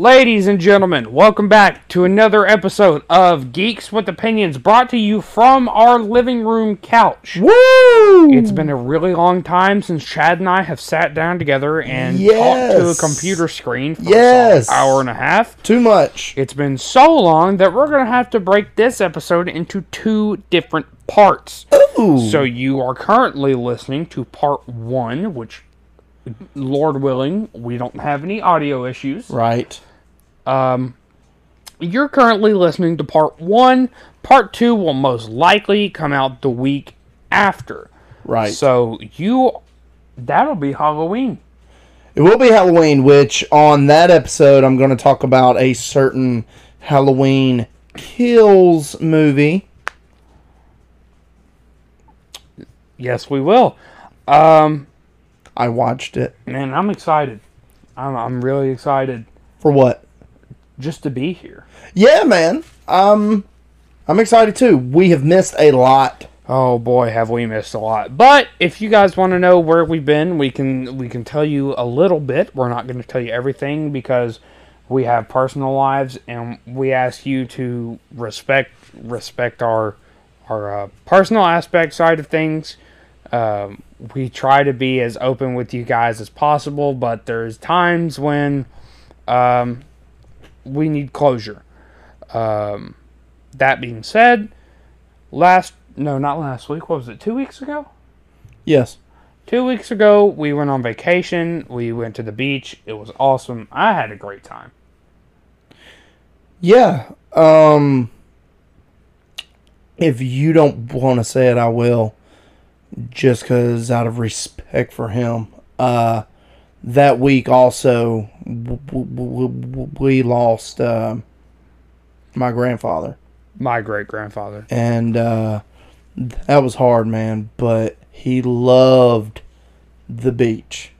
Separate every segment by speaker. Speaker 1: Ladies and gentlemen, welcome back to another episode of Geeks with Opinions brought to you from our living room couch.
Speaker 2: Woo!
Speaker 1: It's been a really long time since Chad and I have sat down together and talked to a
Speaker 2: Yes.
Speaker 1: computer screen for
Speaker 2: Yes.
Speaker 1: an hour and a half.
Speaker 2: too much.
Speaker 1: It's been so long that we're going to have to break this episode into two different parts.
Speaker 2: Ooh.
Speaker 1: So you are currently listening to part one, which, Lord willing, we don't have any audio issues.
Speaker 2: right.
Speaker 1: You're currently listening to part one. Part two will most likely come out the week after.
Speaker 2: Right.
Speaker 1: So you, that'll be Halloween.
Speaker 2: it will be Halloween, which on that episode I'm going to talk about a certain Halloween Kills movie.
Speaker 1: Yes, we will.
Speaker 2: I watched it.
Speaker 1: Man, I'm excited. I'm, I'm really excited
Speaker 2: For what?
Speaker 1: just to be here.
Speaker 2: Yeah, man. Um I'm excited too. We have missed a lot.
Speaker 1: Oh boy, have we missed a lot. But if you guys want to know where we've been, we can we can tell you a little bit. We're not going to tell you everything because we have personal lives and we ask you to respect respect our our uh, personal aspect side of things. Um, we try to be as open with you guys as possible, but there's times when um, we need closure. Um, that being said, last no not last week what was it two weeks ago
Speaker 2: Yes.
Speaker 1: two weeks ago we went on vacation we went to the beach it was awesome i had a great time
Speaker 2: Yeah. Um if you don't want to say it, I will just cuz out of respect for him. Uh that week also w- w- w- w- we lost uh, my grandfather
Speaker 1: my great grandfather
Speaker 2: and uh that was hard, man, but he loved the beach.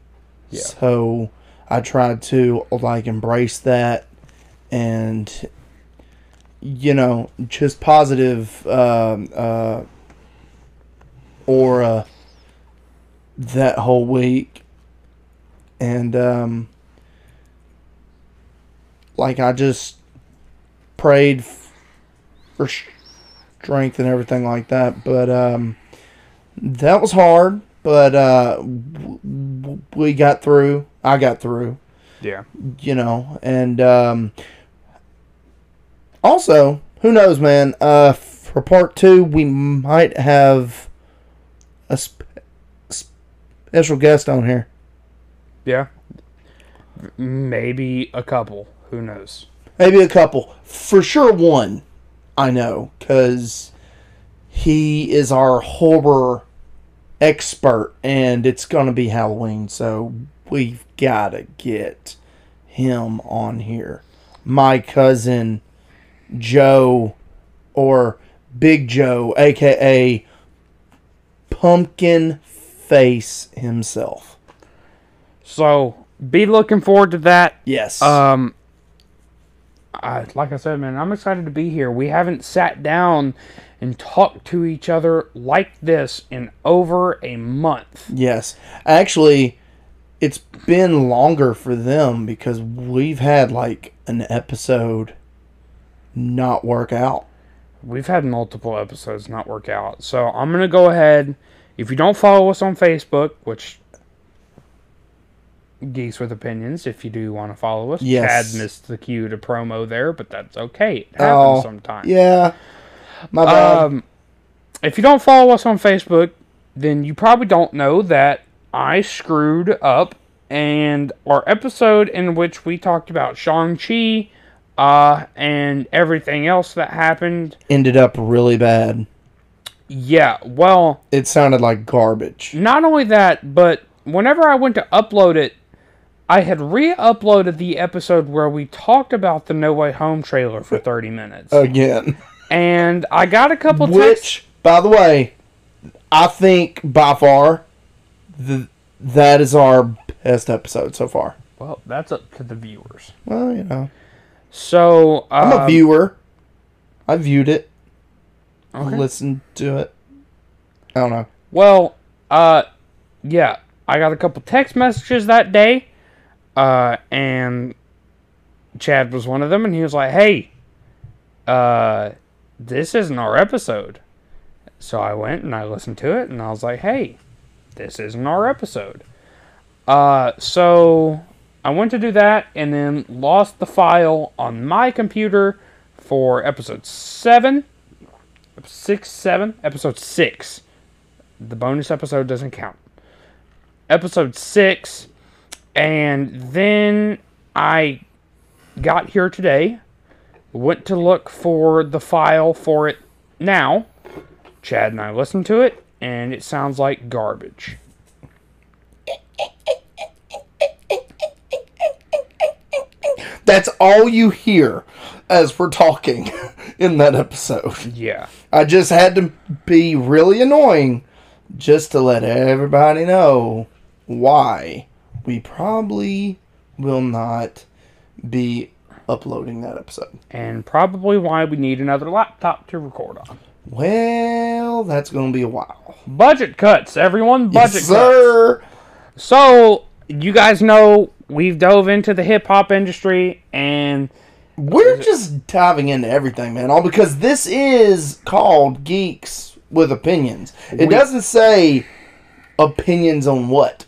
Speaker 1: Yeah.
Speaker 2: So I tried to like embrace that and you know, just positive um uh aura that whole week. And um like I just prayed f- for sh- strength and everything like that, but um that was hard, but uh w- w- we got through. I got through
Speaker 1: yeah
Speaker 2: you know, and um, also, who knows, man? Uh, for part two, we might have a sp- sp- special guest on here.
Speaker 1: yeah maybe a couple who knows
Speaker 2: Maybe a couple. For sure, one. I know, because he is our horror expert, and it's going to be Halloween, so we've got to get him on here. My cousin Joe, or Big Joe, aka Pumpkin Face himself.
Speaker 1: so be looking forward to that
Speaker 2: Yes.
Speaker 1: Um, I, like I said, man, I'm excited to be here. We haven't sat down and talked to each other like this in over a month.
Speaker 2: Yes. Actually, it's been longer for them because we've had like an episode not work out.
Speaker 1: We've had multiple episodes not work out. So I'm going to go ahead. If you don't follow us on Facebook, which Geeks with Opinions, if you do want to follow us,
Speaker 2: Yes.
Speaker 1: Chad missed the cue to promo there, but that's okay. It happens
Speaker 2: Oh,
Speaker 1: sometimes.
Speaker 2: Yeah. My bad.
Speaker 1: Um, if you don't follow us on Facebook, then you probably don't know that I screwed up, and our episode in which we talked about Shang Chi, uh, and everything else that happened.
Speaker 2: Ended up really bad.
Speaker 1: Yeah, well,
Speaker 2: It sounded like garbage.
Speaker 1: not only that, but whenever I went to upload it, I had re-uploaded the episode where we talked about the No Way Home trailer for 30 minutes,
Speaker 2: Again.
Speaker 1: and I got a couple texts.
Speaker 2: Which, by the way, I think by far th- that is our best episode so far.
Speaker 1: Well, that's up to the viewers.
Speaker 2: Well, you know.
Speaker 1: So
Speaker 2: I'm a
Speaker 1: um,
Speaker 2: viewer. I viewed it.
Speaker 1: Okay.
Speaker 2: Listened to it. I don't know.
Speaker 1: Well, uh, yeah, I got a couple text messages that day, uh, and Chad was one of them, and he was like, "Hey, uh, this isn't our episode." So I went and I listened to it, and I was like, "Hey, this isn't our episode." Uh, so I went to do that, and then lost the file on my computer for episode seven, six, seven, episode six. The bonus episode doesn't count. Episode six, and then I got here today, went to look for the file for it now. Chad and I listened to it, and it sounds like garbage.
Speaker 2: That's all you hear as we're talking in that episode.
Speaker 1: Yeah.
Speaker 2: I just had to be really annoying just to let everybody know why we probably will not be uploading that episode.
Speaker 1: And probably why we need another laptop to record on.
Speaker 2: Well, that's going to be a while.
Speaker 1: Budget cuts, everyone. Budget cuts.
Speaker 2: Yes, sir.
Speaker 1: So, you guys know we've dove into the hip hop industry, and
Speaker 2: We're just diving into everything, man. All because this is called Geeks with Opinions. It doesn't say opinions on what.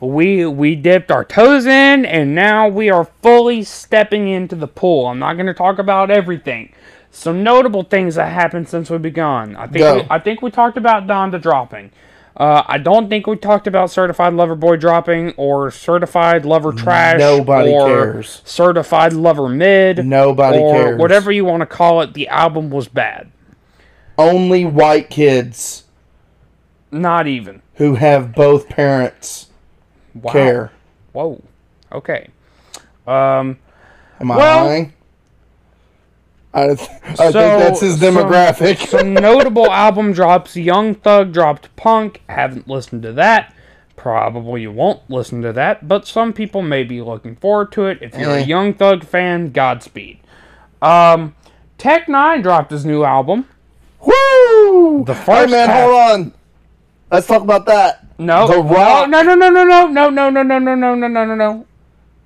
Speaker 1: we we dipped our toes in, and now we are fully stepping into the pool. I'm not going to talk about everything. Some notable things that happened since we've been gone. I think
Speaker 2: Go.
Speaker 1: we, I think we talked about Donda dropping. Uh, I don't think we talked about Certified Lover Boy dropping or Certified Lover Trash.
Speaker 2: Nobody
Speaker 1: or
Speaker 2: cares.
Speaker 1: Certified Lover Mid.
Speaker 2: Nobody
Speaker 1: or
Speaker 2: cares.
Speaker 1: Whatever you want to call it, the album was bad.
Speaker 2: Only white kids
Speaker 1: Not even.
Speaker 2: who have both parents
Speaker 1: Wow.
Speaker 2: care.
Speaker 1: Whoa. Okay. Um.
Speaker 2: Am I
Speaker 1: Well-
Speaker 2: lying? I, I think
Speaker 1: So-
Speaker 2: that's his
Speaker 1: so-
Speaker 2: demographic.
Speaker 1: Some notable album drops. Young Thug dropped Punk. Haven't listened to that. Probably you won't listen to that, but some people may be looking forward to it. If you're a
Speaker 2: Eh.
Speaker 1: Young Thug fan, Godspeed. Um, Tech Nine dropped his new album.
Speaker 2: Woo!
Speaker 1: The
Speaker 2: Hey,
Speaker 1: first
Speaker 2: man,
Speaker 1: half-
Speaker 2: hold on. Let's talk about that.
Speaker 1: No,
Speaker 2: The Rock.
Speaker 1: no, no, no, no, no, no, no, no, no, no, no, no, no, no, no.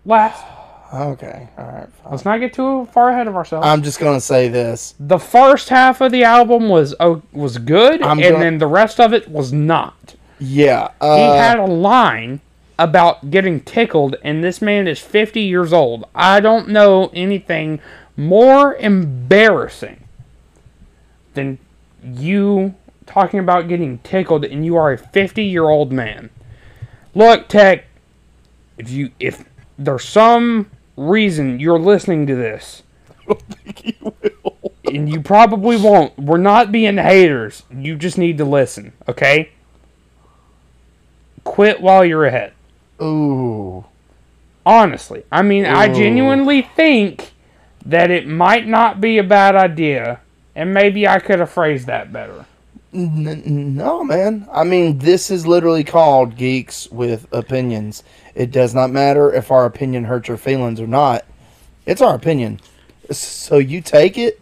Speaker 1: Last,
Speaker 2: Okay, all right. fine.
Speaker 1: let's not get too far ahead of ourselves.
Speaker 2: I'm just gonna say this.
Speaker 1: the first half of the album was oh, was good,
Speaker 2: I'm
Speaker 1: and
Speaker 2: gonna-
Speaker 1: then the rest of it was not.
Speaker 2: Yeah,
Speaker 1: He
Speaker 2: uh,
Speaker 1: had a line about getting tickled, and this man is 50 years old. I don't know anything more embarrassing than you talking about getting tickled, and you are a 50 year old man. Look, Tech, if you if there's some reason you're listening to this, and you probably won't. We're not being haters. You just need to listen, okay? Quit while you're ahead.
Speaker 2: ooh,
Speaker 1: Honestly, I mean, I
Speaker 2: Ooh.
Speaker 1: genuinely think that it might not be a bad idea, and maybe I could have phrased that better.
Speaker 2: N- n- no, man. I mean, this is literally called geeks with opinions. It does not matter if our opinion hurts your feelings or not. It's our opinion, so you take it,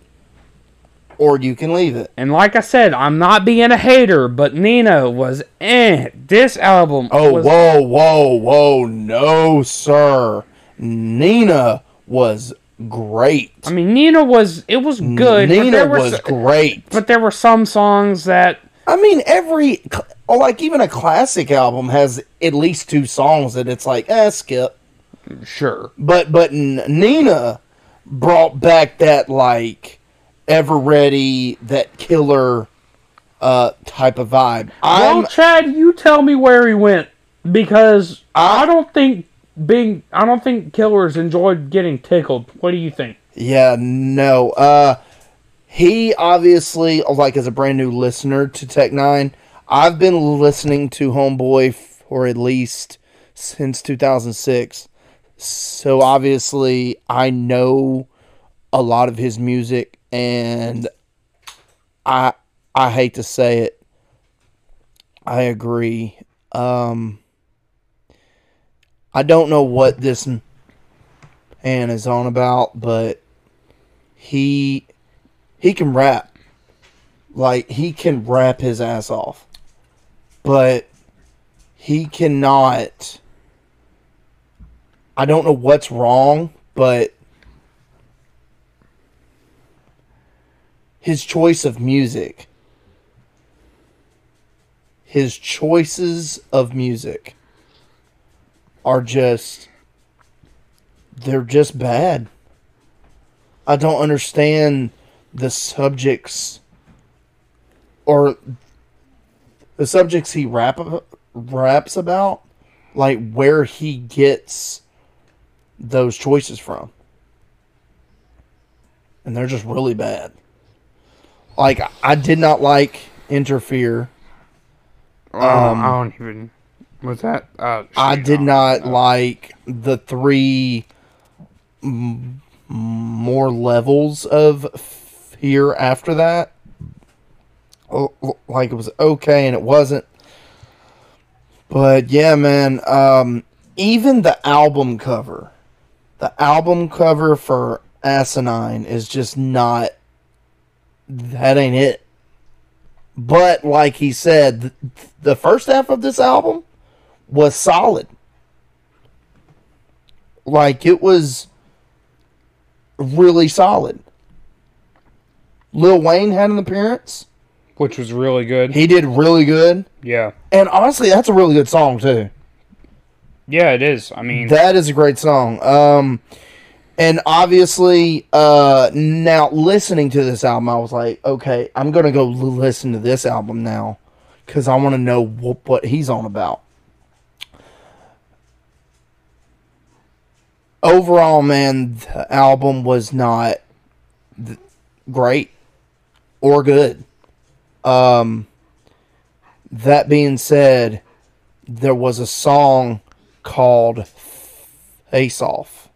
Speaker 2: or you can leave it.
Speaker 1: And like I said, I'm not being a hater, but Nina was eh. This album
Speaker 2: Oh,
Speaker 1: was
Speaker 2: whoa, whoa, whoa, no, sir. Nina was great.
Speaker 1: I mean, Nina was it was good. but
Speaker 2: Nina
Speaker 1: there were
Speaker 2: was
Speaker 1: s-
Speaker 2: great.
Speaker 1: but there were some songs that
Speaker 2: I mean, every cl- like even a classic album has at least two songs that it's like, eh, skip.
Speaker 1: sure.
Speaker 2: But but N- Nina brought back that like ever ready, that killer uh type of vibe. I'm
Speaker 1: well, Chad, you tell me where he went because I, don't think being I don't think killers enjoyed getting tickled. What do you think?
Speaker 2: Yeah, no. Uh he obviously like as a brand new listener to Tech 9, I've been listening to Homeboy for at least since 2006. So obviously I know a lot of his music and I I hate to say it. I agree. Um I don't know what this and is on about, but he he can rap. Like he can rap his ass off. But he cannot I don't know what's wrong, but his choice of music. His choices of music are just they're just bad. I don't understand the subjects or the subjects he rap raps about, like where he gets those choices from. And they're just really bad. Like I did not like interfere.
Speaker 3: Um, I don't even. Was that? Uh,
Speaker 2: I
Speaker 3: shit,
Speaker 2: did
Speaker 3: um,
Speaker 2: not like the three m- more levels of fear after that. L- l- Like it was okay and it wasn't. But yeah, man, um, even the album cover, the album cover for Asinine is just not. That ain't it. But like he said, th- th- the first half of this album was solid. Like it was really solid. Lil Wayne had an appearance.
Speaker 3: Which was really good.
Speaker 2: He did really good.
Speaker 3: yeah.
Speaker 2: And honestly, that's a really good song too.
Speaker 3: Yeah, it is. I mean,
Speaker 2: That is a great song. Um and obviously uh now listening to this album, I was like, okay, I'm going to go l- listen to this album now cuz I want to know wh- what he's on about. overall, man, the album was not th- great or good. Um, that being said, there was a song called Face Off.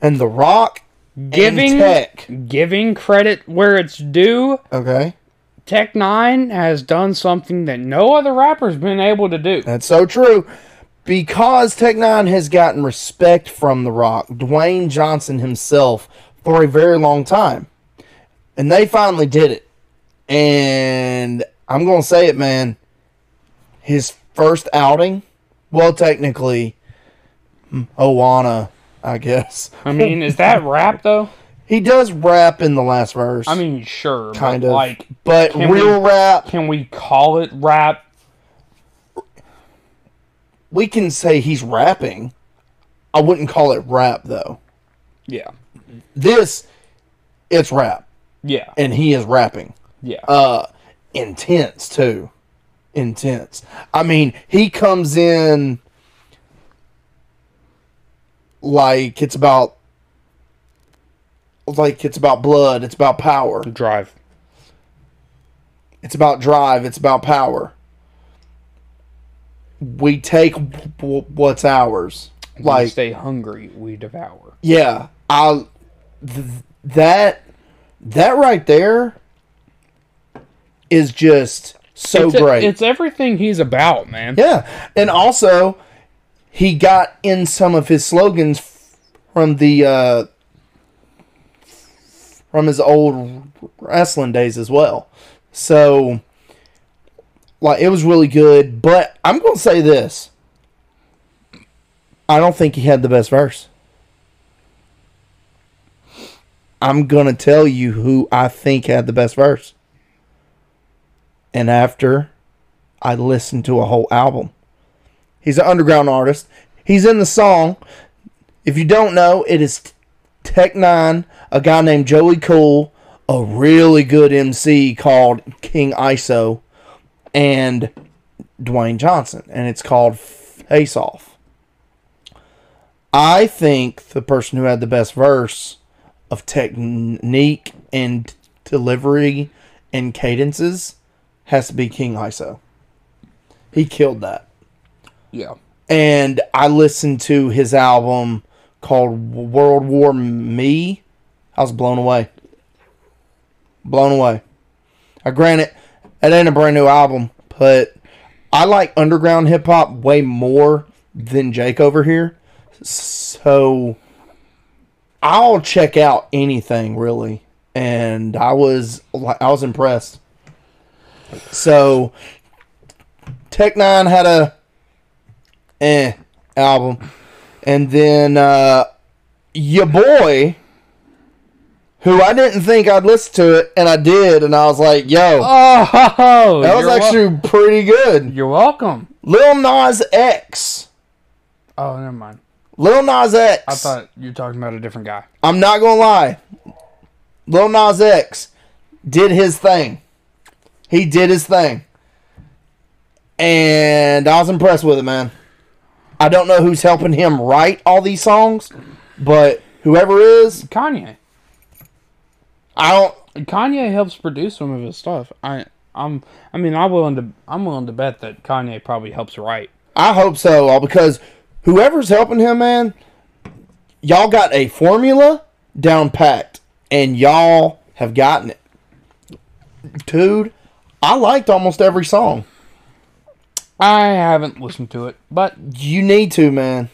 Speaker 2: And The Rock
Speaker 3: giving
Speaker 2: and Tech.
Speaker 3: giving credit where it's due.
Speaker 2: Okay.
Speaker 3: Tech Nine has done something that no other rapper's been able to do.
Speaker 2: That's so true. Because Tech Nine has gotten respect from The Rock, Dwayne Johnson himself, for a very long time. And they finally did it. And I'm going to say it, man. His first outing, well, technically, mm, Oana, I guess.
Speaker 3: I mean, is that rap though?
Speaker 2: He does rap in the last verse.
Speaker 3: I mean, sure,
Speaker 2: kind
Speaker 3: but,
Speaker 2: of.
Speaker 3: Like,
Speaker 2: but
Speaker 3: can we-
Speaker 2: real rap,
Speaker 3: can we call it rap?
Speaker 2: we can say he's rapping. I wouldn't call it rap, though.
Speaker 3: Yeah,
Speaker 2: This, it's rap.
Speaker 3: yeah,
Speaker 2: and he is rapping.
Speaker 3: yeah.
Speaker 2: Uh, intense too, intense. I mean, he comes in like it's about like it's about blood, it's about power,
Speaker 3: Drive.
Speaker 2: it's about drive, it's about power. We take w- what's ours.
Speaker 3: we
Speaker 2: Like
Speaker 3: stay hungry, we devour.
Speaker 2: Yeah, I th- that that right there is just so
Speaker 3: it's, e,
Speaker 2: great.
Speaker 3: it's everything he's about, man.
Speaker 2: yeah, and also he got in some of his slogans from the uh, from his old wrestling days as well. So like it was really good, but I'm going to say this. I don't think he had the best verse. I'm going to tell you who I think had the best verse. And after I listened to a whole album. He's an underground artist. He's in the song. If you don't know, it is Tech Nine, a guy named Joey Cool, a really good MC called King ISO, and Dwayne Johnson, and it's called Face Off. I think the person who had the best verse of technique and delivery and cadences has to be King ISO. He killed that
Speaker 3: Yeah.
Speaker 2: and I listened to his album called World War Me. I was blown away. Blown away. I granted it ain't a brand new album, but I like underground hip hop way more than Jake over here. So I'll check out anything really. And I was I was impressed. So Tech Nine had a eh album. And then uh your boy who I didn't think I'd listen to it, and I did, and I was like, yo,
Speaker 3: Oh, ho, ho,
Speaker 2: that was
Speaker 3: you're wel-
Speaker 2: actually pretty good.
Speaker 3: you're welcome.
Speaker 2: Lil Nas X.
Speaker 3: Oh, never mind.
Speaker 2: Lil Nas X.
Speaker 3: I thought you were talking about a different guy.
Speaker 2: I'm not gonna lie. Lil Nas X did his thing. He did his thing. And I was impressed with it, man. I don't know who's helping him write all these songs, but whoever is,
Speaker 3: Kanye.
Speaker 2: I don't
Speaker 3: Kanye helps produce some of his stuff. I I'm I mean I'm willing to I'm willing to bet that Kanye probably helps write.
Speaker 2: I hope so, all because whoever's helping him, man, y'all got a formula down packed, and y'all have gotten it. Dude, I liked almost every song.
Speaker 3: I haven't listened to it, but
Speaker 2: You need to, man.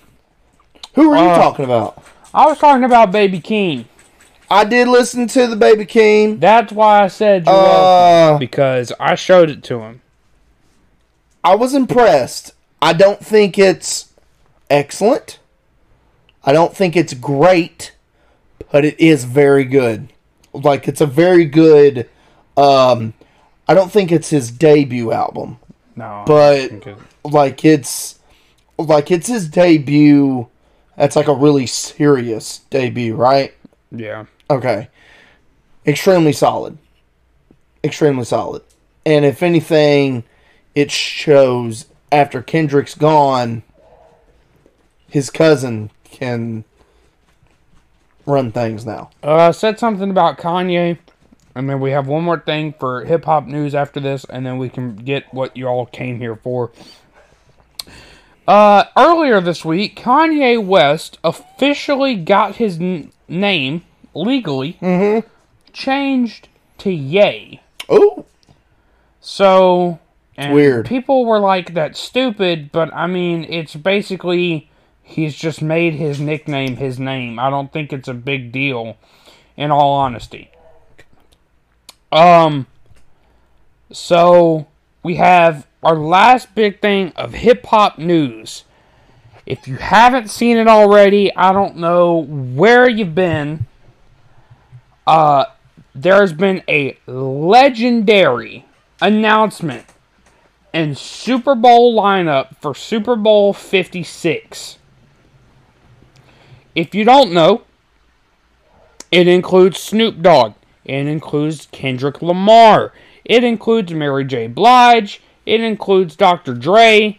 Speaker 2: Who are you
Speaker 3: Uh,
Speaker 2: talking about?
Speaker 3: I was talking about Baby Keem.
Speaker 2: I did listen to the Baby Keem.
Speaker 3: That's why I said you're
Speaker 2: Uh,
Speaker 3: welcome because I showed it to him.
Speaker 2: I was impressed. I don't think it's excellent. I don't think it's great, but it is very good. Like it's a very good um I don't think it's his debut album,
Speaker 3: No,
Speaker 2: but like it's like it's his debut. That's like a really serious debut, right?
Speaker 3: yeah,
Speaker 2: Okay. Extremely solid. Extremely solid. And if anything, it shows after Kendrick's gone, his cousin can run things now.
Speaker 3: uh, I said something about Kanye, and then we have one more thing for hip hop news after this, and then we can get what you all came here for. Uh, earlier this week, Kanye West officially got his n- name legally changed to Ye.
Speaker 2: Oh,
Speaker 3: So and
Speaker 2: weird.
Speaker 3: People were like, "That's stupid," but I mean, it's basically he's just made his nickname his name. I don't think it's a big deal, in all honesty. Um. So we have our last big thing of hip hop news. If you haven't seen it already, I don't know where you've been. Uh, there's been a legendary announcement and Super Bowl lineup for Super Bowl 56. If you don't know, it includes Snoop Dogg, it includes Kendrick Lamar, it includes Mary J. Blige, it includes Dr. Dre.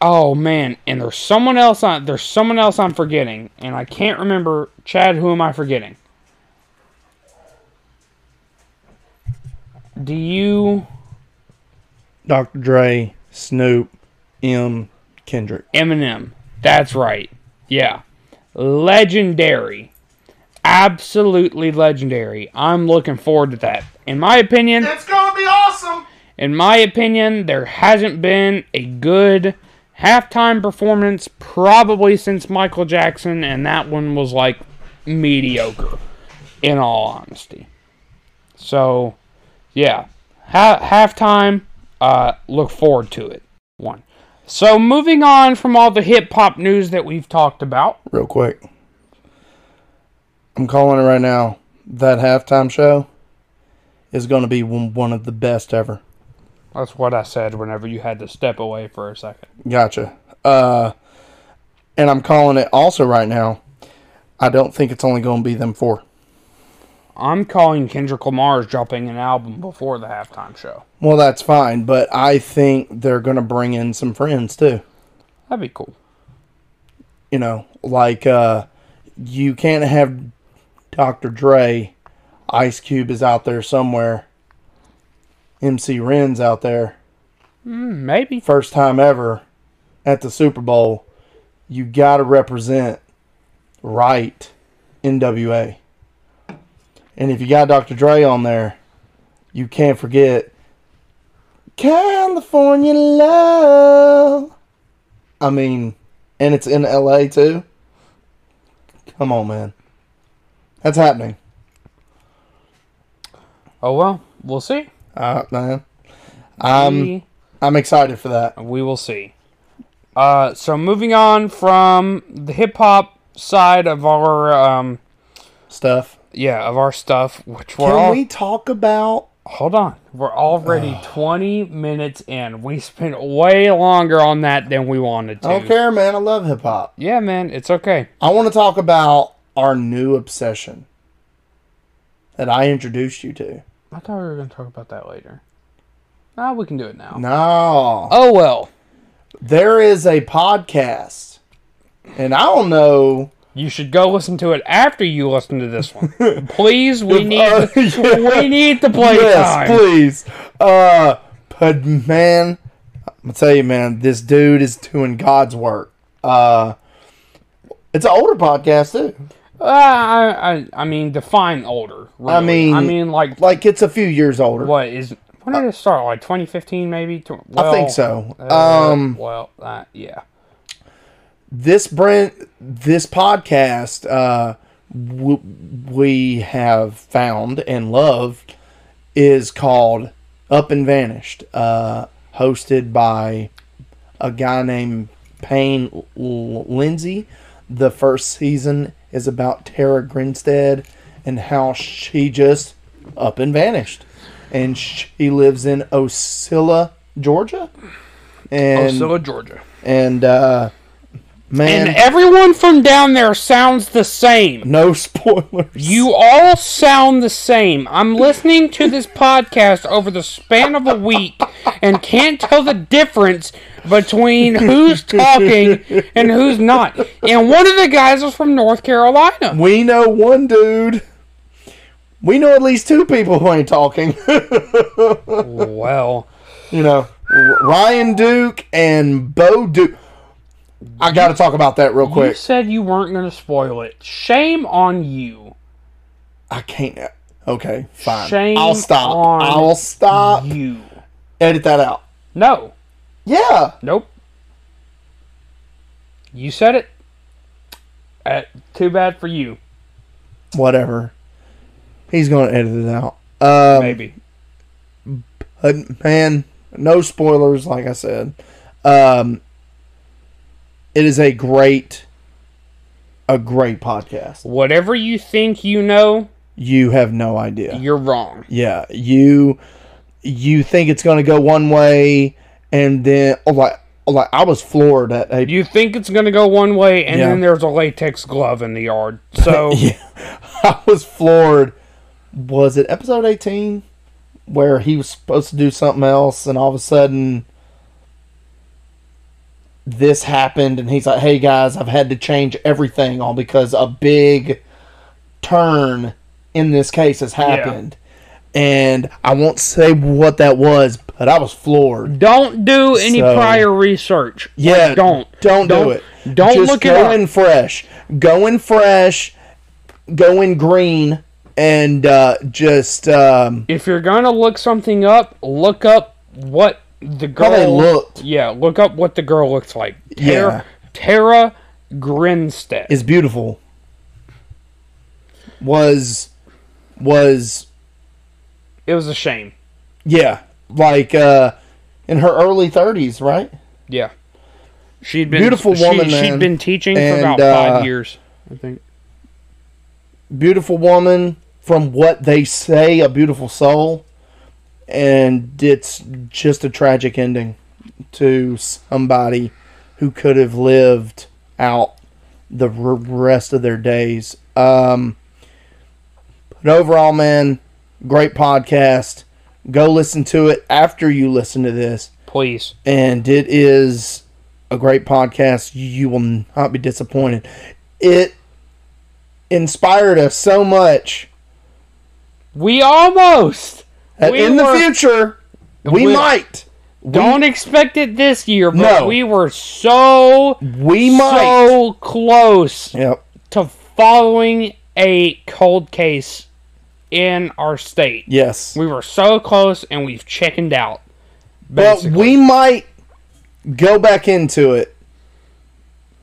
Speaker 3: Oh man, and there's someone else on there's someone else I'm forgetting, and I can't remember Chad, who am I forgetting? Do you
Speaker 2: Dr. Dre, Snoop, M, Kendrick.
Speaker 3: Eminem. That's right. Yeah. Legendary. Absolutely legendary. I'm looking forward to that. In my opinion,
Speaker 2: It's gonna be awesome.
Speaker 3: in my opinion, there hasn't been a good halftime performance probably since Michael Jackson, and that one was like mediocre, in all honesty. So, yeah, ha- halftime. Uh, look forward to it. One. So moving on from all the hip hop news that we've talked about.
Speaker 2: Real quick. I'm calling it right now. That halftime show is gonna be one one of the best ever.
Speaker 3: That's what I said. Whenever you had to step away for a second.
Speaker 2: Gotcha. Uh, and I'm calling it also right now. I don't think it's only going to be them four.
Speaker 3: I'm calling Kendrick Lamar's dropping an album before the halftime show.
Speaker 2: Well, that's fine, but I think they're going to bring in some friends too.
Speaker 3: That'd be cool.
Speaker 2: You know, like uh, you can't have Dr. Dre. Ice Cube is out there somewhere. MC Ren's out there.
Speaker 3: Maybe.
Speaker 2: First time ever at the Super Bowl. You got to represent right NWA. And if you got Dr. Dre on there, you can't forget California Love. I mean, and it's in LA too. Come on, man. That's happening.
Speaker 3: Oh well, we'll see.
Speaker 2: Uh, man. I'm,
Speaker 3: we,
Speaker 2: I'm excited for that.
Speaker 3: we will see. Uh, so moving on from the hip hop side of our um,
Speaker 2: Stuff.
Speaker 3: yeah, of our stuff, which we're
Speaker 2: Can
Speaker 3: all
Speaker 2: we talk about?
Speaker 3: hold on. We're already twenty minutes in. We spent way longer on that than we wanted to.
Speaker 2: I don't care, man. I love hip hop.
Speaker 3: Yeah, man, it's okay.
Speaker 2: I want to talk about our new obsession that I introduced you to.
Speaker 3: I thought we were gonna talk about that later. Nah, we can do it now.
Speaker 2: No,
Speaker 3: Oh well.
Speaker 2: there is a podcast, and I don't know.
Speaker 3: You should go listen to it after you listen to this one. Please, we need
Speaker 2: uh,
Speaker 3: the,
Speaker 2: yeah.
Speaker 3: we need the play
Speaker 2: yes,
Speaker 3: time.
Speaker 2: please. Uh, but man, I'm gonna tell you, man, this dude is doing God's work. Uh, it's an older podcast too.
Speaker 3: Uh, I, I I mean, define older. really.
Speaker 2: I mean-
Speaker 3: I mean, like
Speaker 2: Like it's a few years older.
Speaker 3: what is when did it start? Like 2015, maybe. Tw-
Speaker 2: I
Speaker 3: well,
Speaker 2: think so.
Speaker 3: uh,
Speaker 2: um,
Speaker 3: well, uh, yeah.
Speaker 2: this brand, this podcast, uh, w- we have found and loved is called Up and Vanished, uh, hosted by a guy named Payne L- L- Lindsay. The first season is about Tara Grinstead and how she just up and vanished, and she lives in Osceola, Georgia. And
Speaker 3: Georgia.
Speaker 2: and uh man
Speaker 3: And everyone from down there sounds the same.
Speaker 2: no spoilers
Speaker 3: You all sound the same. I'm listening to this podcast over the span of a week and can't tell the difference between who's talking and who's not. And one of the guys was from North Carolina.
Speaker 2: we know one dude we know at least two people who ain't talking
Speaker 3: Well,
Speaker 2: you know R- ryan duke and bo duke i gotta talk about that real
Speaker 3: you
Speaker 2: quick
Speaker 3: said you weren't going to spoil it. Shame on you.
Speaker 2: i can't okay fine
Speaker 3: Shame
Speaker 2: i'll stop
Speaker 3: on
Speaker 2: i'll stop
Speaker 3: You.
Speaker 2: edit that out
Speaker 3: No.
Speaker 2: yeah
Speaker 3: Nope. You said it. Uh, too bad for you.
Speaker 2: whatever he's gonna edit it out um
Speaker 3: Maybe.
Speaker 2: But, Uh, man, no spoilers, like I said. Um, it is a great, a great podcast.
Speaker 3: Whatever you think you know,
Speaker 2: You have no idea.
Speaker 3: you're wrong.
Speaker 2: yeah, you, you think it's going to go one way, and then oh, like, oh, like I was floored at a.
Speaker 3: You think it's gonna go one way, and
Speaker 2: Yeah.
Speaker 3: then there's a latex glove in the yard. So
Speaker 2: Yeah, I was floored. Was it episode eighteen where he was supposed to do something else, and all of a sudden this happened, and he's like, "Hey guys, I've had to change everything all because a big turn in this case has happened." And I won't say what that was, but I was floored.
Speaker 3: don't do any
Speaker 2: So-
Speaker 3: prior research. Like,
Speaker 2: Yeah,
Speaker 3: don't
Speaker 2: don't do
Speaker 3: Don't-
Speaker 2: it.
Speaker 3: don't
Speaker 2: Just
Speaker 3: look it
Speaker 2: go
Speaker 3: up.
Speaker 2: in fresh. Go in fresh. Go in green, and uh, just um,
Speaker 3: If you're gonna look something up, look up what the girl
Speaker 2: how they looked
Speaker 3: Yeah, look up what the girl looks like.
Speaker 2: Yeah.
Speaker 3: Tara, Tara Grinstead.
Speaker 2: is beautiful. Was was
Speaker 3: it was a shame.
Speaker 2: yeah like uh, in her early thirties, right?
Speaker 3: Yeah, she'd been
Speaker 2: Beautiful
Speaker 3: she,
Speaker 2: woman,
Speaker 3: She'd
Speaker 2: man.
Speaker 3: been teaching for
Speaker 2: And,
Speaker 3: about
Speaker 2: uh,
Speaker 3: five years, I think.
Speaker 2: Beautiful woman from what they say, a beautiful soul, and it's just a tragic ending to somebody who could have lived out the r- rest of their days. Um, but overall, man, great podcast. Go listen to it after you listen to this,
Speaker 3: Please,
Speaker 2: and it is a great podcast. You will not be disappointed. It inspired us so much
Speaker 3: we almost.
Speaker 2: that
Speaker 3: we
Speaker 2: in the
Speaker 3: were-
Speaker 2: future we,
Speaker 3: We-
Speaker 2: might,
Speaker 3: Don't expect it this year, but
Speaker 2: No.
Speaker 3: we were so
Speaker 2: we might.
Speaker 3: so close
Speaker 2: yep,
Speaker 3: to following a cold case in our state.
Speaker 2: yes.
Speaker 3: We were so close, and we've chickened out.
Speaker 2: But
Speaker 3: Basically.
Speaker 2: we might go back into it.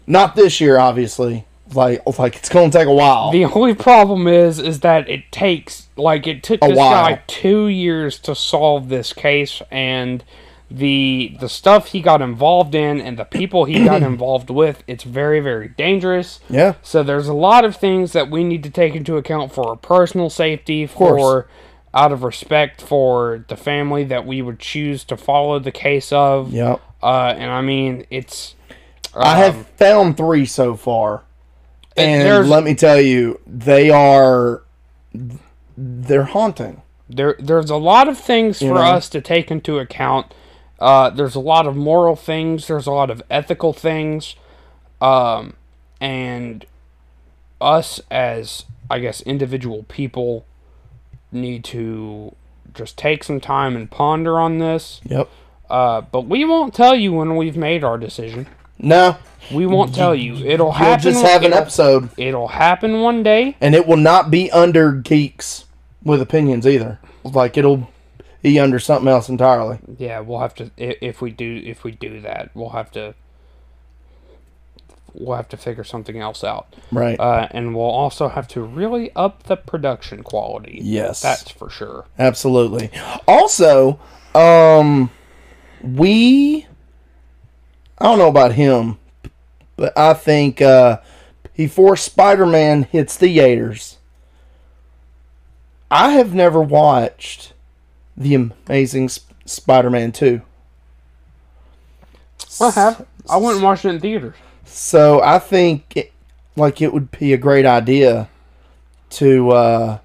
Speaker 2: Not this year, obviously. Like, like it's going to take a while.
Speaker 3: The only problem is, is that it takes like it took this
Speaker 2: while.
Speaker 3: guy two years to solve this case, and the the stuff he got involved in and the people he got involved with. It's very very dangerous.
Speaker 2: Yeah.
Speaker 3: So there's a lot of things that we need to take into account for our personal safety,
Speaker 2: course.
Speaker 3: for out of respect for the family that we would choose to follow the case of.
Speaker 2: Yep.
Speaker 3: Uh, and I mean, it's
Speaker 2: I have found three so far, Um, and
Speaker 3: there's-
Speaker 2: let me tell you, they are they're haunting.
Speaker 3: there. There's a lot of things for
Speaker 2: know?
Speaker 3: us to take into account. Uh, there's a lot of moral things. There's a lot of ethical things, um, and us as I guess individual people need to just take some time and ponder on this.
Speaker 2: Yep.
Speaker 3: Uh, but we won't tell you when we've made our decision.
Speaker 2: No,
Speaker 3: We won't tell you. It'll
Speaker 2: we'll
Speaker 3: happen.
Speaker 2: just have an
Speaker 3: it'll-
Speaker 2: episode,
Speaker 3: It'll happen one day.
Speaker 2: and it will not be under geeks with opinions either. Like it'll be under something else entirely.
Speaker 3: Yeah, we'll have to i- if we do if we do that, we'll have to we'll have to figure something else out.
Speaker 2: Right.
Speaker 3: Uh, and we'll also have to really up the production quality.
Speaker 2: Yes.
Speaker 3: That's for sure.
Speaker 2: Absolutely. Also, um we I don't know about him, but I think uh before Spider-Man hits theaters, I have never watched The Amazing Sp- Spider-Man 2.
Speaker 3: I have. I went and watched it in theaters.
Speaker 2: So I think it, like it would be a great idea to uh,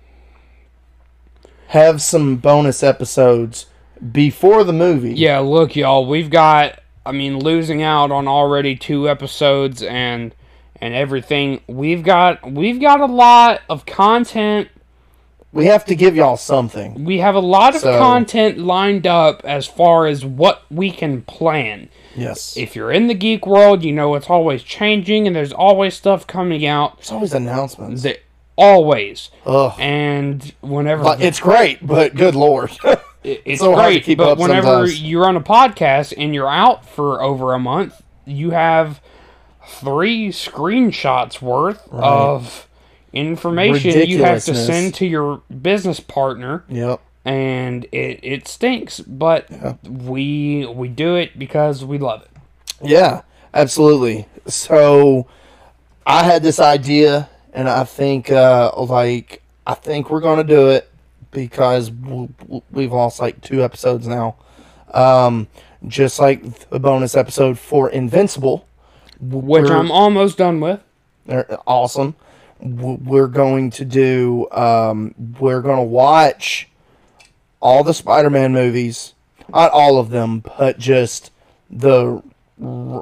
Speaker 2: have some bonus episodes before the movie.
Speaker 3: Yeah, look, y'all, we've got I mean, losing out on already two episodes and and everything. We've got we've got a lot of content
Speaker 2: we have to give y'all something.
Speaker 3: we have a lot of
Speaker 2: So-
Speaker 3: content lined up as far as what we can plan.
Speaker 2: Yes,
Speaker 3: If you're in the geek world, you know it's always changing and there's always stuff coming out.
Speaker 2: it's always announcements.
Speaker 3: That always.
Speaker 2: Ugh,
Speaker 3: And whenever
Speaker 2: But it's great, but good lord,
Speaker 3: it- it's
Speaker 2: so hard to
Speaker 3: great,
Speaker 2: keep
Speaker 3: but
Speaker 2: up
Speaker 3: whenever
Speaker 2: sometimes.
Speaker 3: you're on a podcast and you're out for over a month, you have three screenshots worth of information you have to
Speaker 2: Ridiculousness.
Speaker 3: send to your business partner.
Speaker 2: yep,
Speaker 3: and it, it stinks, but we we do it because we love it.
Speaker 2: yeah, absolutely. So I had this idea, and I think uh, like I think we're gonna do it because w- w- we've lost like two episodes now. Um, just like the bonus episode for Invincible,
Speaker 3: Which I'm almost done with.
Speaker 2: They're awesome. W- We're going to do. Um, we're going to watch all the Spider-Man movies, not all of them, but just the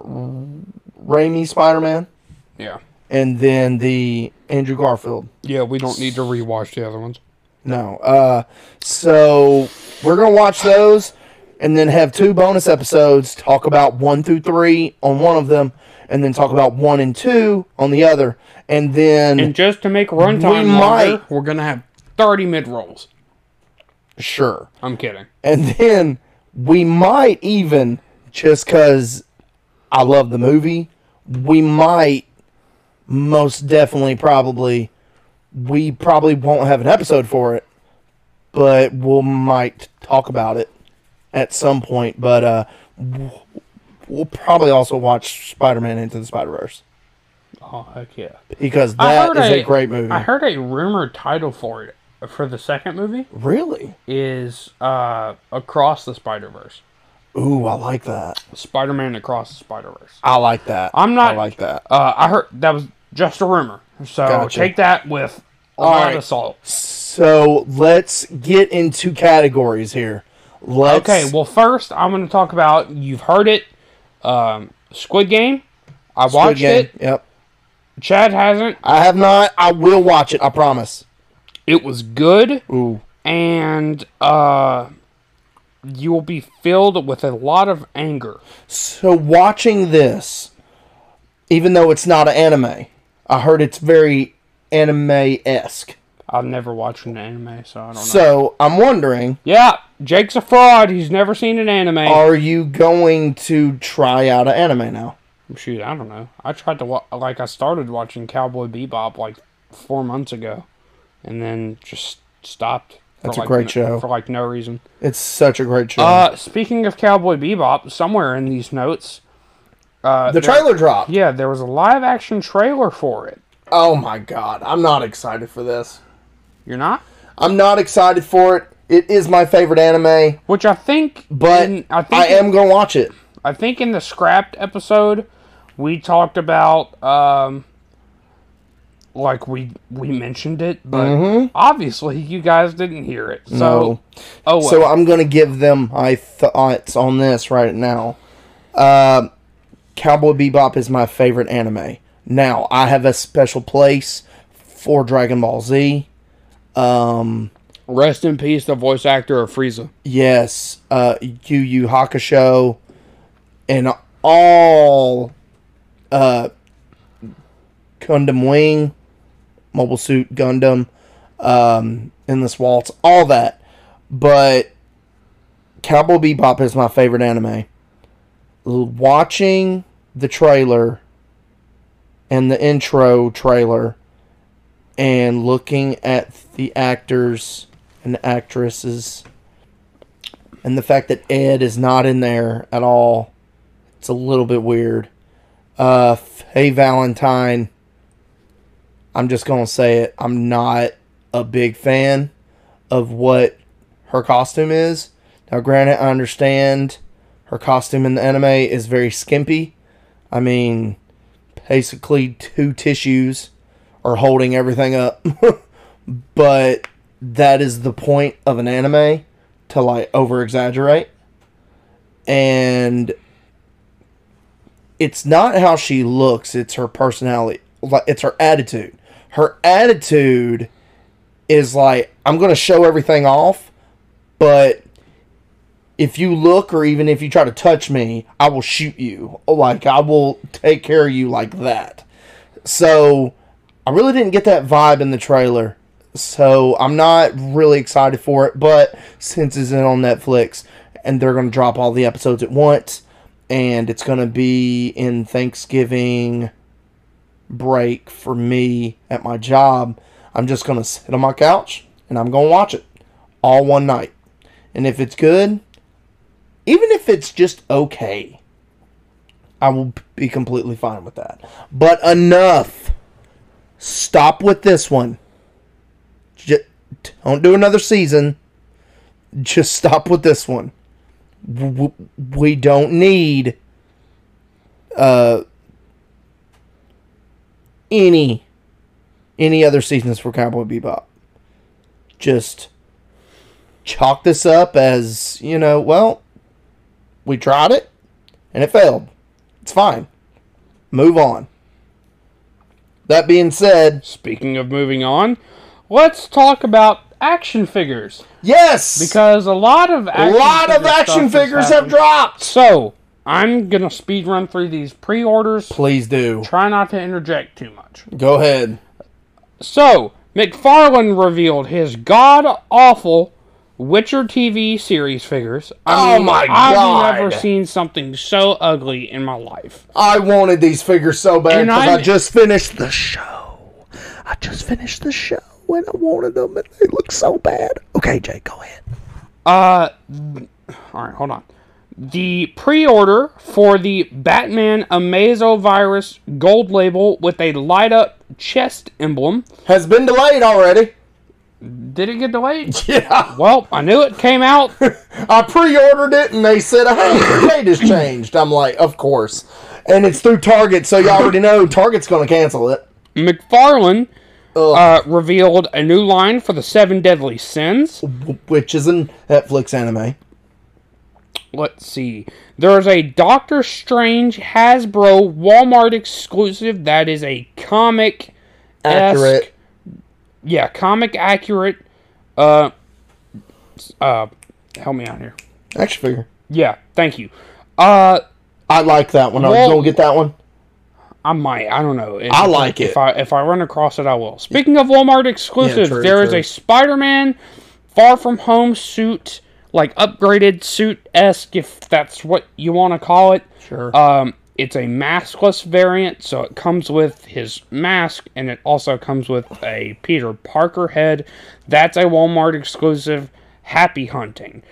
Speaker 2: R- Raimi Spider-Man
Speaker 3: Yeah,
Speaker 2: and then the Andrew Garfield.
Speaker 3: yeah. We don't need to rewatch the other ones.
Speaker 2: No. Uh, so we're gonna watch those, and then have two bonus episodes. Talk about one through three on one of them, and then talk about one and two on the other, and then
Speaker 3: And just to make runtime
Speaker 2: We
Speaker 3: longer,
Speaker 2: might-
Speaker 3: we're gonna have 30 mid rolls.
Speaker 2: sure.
Speaker 3: I'm kidding.
Speaker 2: And then we might even, just because I love the movie, we might most definitely probably, we probably won't have an episode for it, but we'll might talk about it at some point. But uh, w- we'll probably also watch Spider Man Into the Spider Verse
Speaker 3: Oh heck yeah!
Speaker 2: because that is a, great movie.
Speaker 3: I heard a rumored title for it for the second movie
Speaker 2: really?
Speaker 3: is uh Across the Spider Verse,
Speaker 2: Ooh, I like that.
Speaker 3: Spider Man Across the Spider Verse.
Speaker 2: I like that.
Speaker 3: I'm not-
Speaker 2: I like that.
Speaker 3: Uh, I heard that was just a rumor, so
Speaker 2: Gotcha.
Speaker 3: take that with a
Speaker 2: All
Speaker 3: lot
Speaker 2: right.
Speaker 3: of salt.
Speaker 2: So let's get into categories here. Let's,
Speaker 3: Okay, well, first I'm going to talk about you've heard it, um, Squid Game. I watched
Speaker 2: Game.
Speaker 3: it.
Speaker 2: Yep.
Speaker 3: Chad hasn't.
Speaker 2: I have not. I will watch it. I promise.
Speaker 3: It was good,
Speaker 2: Ooh.
Speaker 3: and uh, you will be filled with a lot of anger.
Speaker 2: So watching this, even though it's not an anime, I heard it's very anime esque.
Speaker 3: I've never watched an anime, so I don't know.
Speaker 2: So I'm wondering,
Speaker 3: yeah, Jake's a fraud. He's never seen an anime.
Speaker 2: are you going to try out an anime now?
Speaker 3: Shoot, I don't know. I tried to wa- like I started watching Cowboy Bebop like four months ago, and then just stopped.
Speaker 2: That's a
Speaker 3: like,
Speaker 2: great
Speaker 3: no-
Speaker 2: show.
Speaker 3: for like no reason.
Speaker 2: It's such a great show.
Speaker 3: Uh, speaking of Cowboy Bebop, somewhere in these notes,
Speaker 2: the trailer drop.
Speaker 3: yeah, there was a live action trailer for it.
Speaker 2: Oh my god, I'm not excited for this.
Speaker 3: You're not?
Speaker 2: I'm not excited for it. It is my favorite anime,
Speaker 3: Which I think,
Speaker 2: but
Speaker 3: in-
Speaker 2: I,
Speaker 3: I think
Speaker 2: am gonna watch it.
Speaker 3: I think in the scrapped episode, we talked about um, like we we mentioned it, but obviously you guys didn't hear it. So
Speaker 2: Mm-hmm. No.
Speaker 3: oh well.
Speaker 2: So I'm gonna give them my thoughts on this right now. Uh, Cowboy Bebop is my favorite anime. Now I have a special place for Dragon Ball Z.
Speaker 3: rest in peace, the voice actor of Frieza.
Speaker 2: Yes, uh, Yu Yu Hakusho, and all uh, Gundam Wing, Mobile Suit Gundam, um, Endless Waltz, all that. But Cowboy Bebop is my favorite anime. L- Watching the trailer and the intro trailer and looking at the actors and actresses and the fact that Ed is not in there at all, it's a little bit weird. Uh, f- hey Valentine, I'm just gonna say it. I'm not a big fan of what her costume is. Now, granted, I understand her costume in the anime is very skimpy. I mean, basically two tissues are holding everything up, but that is the point of an anime to like over exaggerate and it's not how she looks it's her personality like it's her attitude her attitude is like i'm gonna show everything off but if you look or even if you try to touch me i will shoot you like i will take care of you like that so I really didn't get that vibe in the trailer. So I'm not really excited for it, but since it's in on Netflix and they're going to drop all the episodes at once and it's going to be in Thanksgiving break for me at my job, I'm just going to sit on my couch and I'm going to watch it all one night. And if it's good, even if it's just okay, I will be completely fine with that. But enough stop with this one. Just, don't do another season. Just stop with this one. W- w- We don't need uh any any other seasons for Cowboy Bebop. Just chalk this up as, you know, well, we tried it and it failed. It's fine. Move on. That being said,
Speaker 3: Speaking of moving on, let's talk about action figures
Speaker 2: Yes,
Speaker 3: because a lot of
Speaker 2: a
Speaker 3: action
Speaker 2: lot of
Speaker 3: figure stuff
Speaker 2: action
Speaker 3: has
Speaker 2: figures have
Speaker 3: happened.
Speaker 2: dropped.
Speaker 3: So I'm gonna speed run through these pre-orders.
Speaker 2: Please do.
Speaker 3: Try not to interject too much.
Speaker 2: Go ahead.
Speaker 3: So, McFarlane revealed his god awful Witcher TV series figures. I
Speaker 2: Oh my God.
Speaker 3: I've never seen something so ugly in my life.
Speaker 2: I wanted these figures so bad
Speaker 3: And
Speaker 2: because
Speaker 3: I'm-
Speaker 2: I just finished the show. I just finished the show and I wanted them, and they look so bad. Okay, Jay, go ahead.
Speaker 3: Uh, all right, hold on. The pre-order for the Batman Amazovirus gold label with a light up chest emblem.
Speaker 2: Has been delayed already.
Speaker 3: Did it get delayed?
Speaker 2: Yeah,
Speaker 3: Well, I knew it came out.
Speaker 2: I pre-ordered it and they said, "Hey, the date has changed." I'm like, "Of course," and it's through Target, so you already know Target's going to cancel it.
Speaker 3: McFarlane
Speaker 2: Ugh.
Speaker 3: uh, revealed a new line for the Seven Deadly Sins.
Speaker 2: Wh- Which is a Netflix anime.
Speaker 3: let's see. There's a Doctor Strange Hasbro Walmart exclusive that is a comic
Speaker 2: Accurate.
Speaker 3: Yeah, comic accurate. Uh, uh, help me out here.
Speaker 2: Action figure.
Speaker 3: Yeah, thank you. Uh,
Speaker 2: I like that one. Are
Speaker 3: Well-
Speaker 2: you gonna get that one?
Speaker 3: I might. I don't know. If,
Speaker 2: I like
Speaker 3: if
Speaker 2: it.
Speaker 3: I if I run across it, I will. Speaking of Walmart exclusives, there
Speaker 2: true,
Speaker 3: is
Speaker 2: true.
Speaker 3: a Spider-Man Far From Home suit, like upgraded suit esque, if that's what you want to call it.
Speaker 2: Sure.
Speaker 3: Um, It's a maskless variant, so it comes with his mask and it also comes with a Peter Parker head. That's a Walmart exclusive. Happy hunting.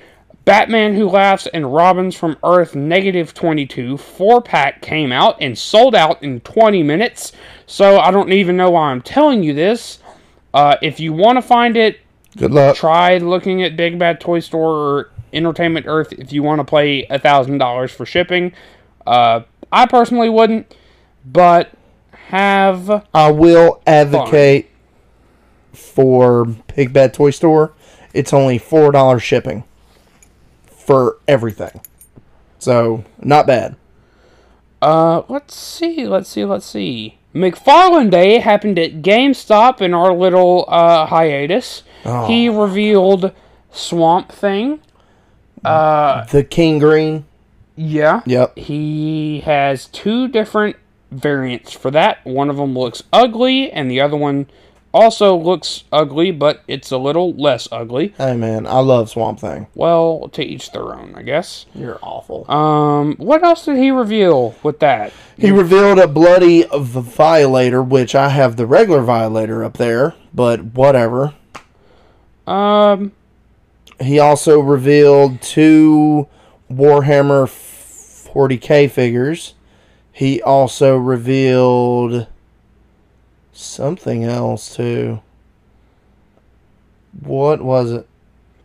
Speaker 3: Batman Who Laughs and Robins from Earth Negative 22 four pack came out and sold out in 20 minutes. So I don't even know why I'm telling you this. Uh, if you want to find it,
Speaker 2: Good luck.
Speaker 3: try looking at Big Bad Toy Store or Entertainment Earth if you want to play a thousand dollars for shipping. Uh, I personally wouldn't, but have
Speaker 2: I will advocate for Big Bad Toy Store. It's only four dollars shipping for everything, so not bad.
Speaker 3: uh, let's see, let's see, let's see. McFarlane Day happened at GameStop in our little uh, hiatus. He revealed Swamp Thing.
Speaker 2: The King Green.
Speaker 3: Yeah.
Speaker 2: Yep.
Speaker 3: He has two different variants for that. One of them looks ugly, and the other one also looks ugly, but it's a little less ugly.
Speaker 2: Hey man, I love Swamp Thing.
Speaker 3: Well, to each their own, I guess.
Speaker 2: You're awful.
Speaker 3: Um, what else did he reveal with that?
Speaker 2: He revealed a bloody v- violator, which I have the regular violator up there, but whatever.
Speaker 3: Um,
Speaker 2: He also revealed two Warhammer 40k figures. He also revealed something else too. What was it?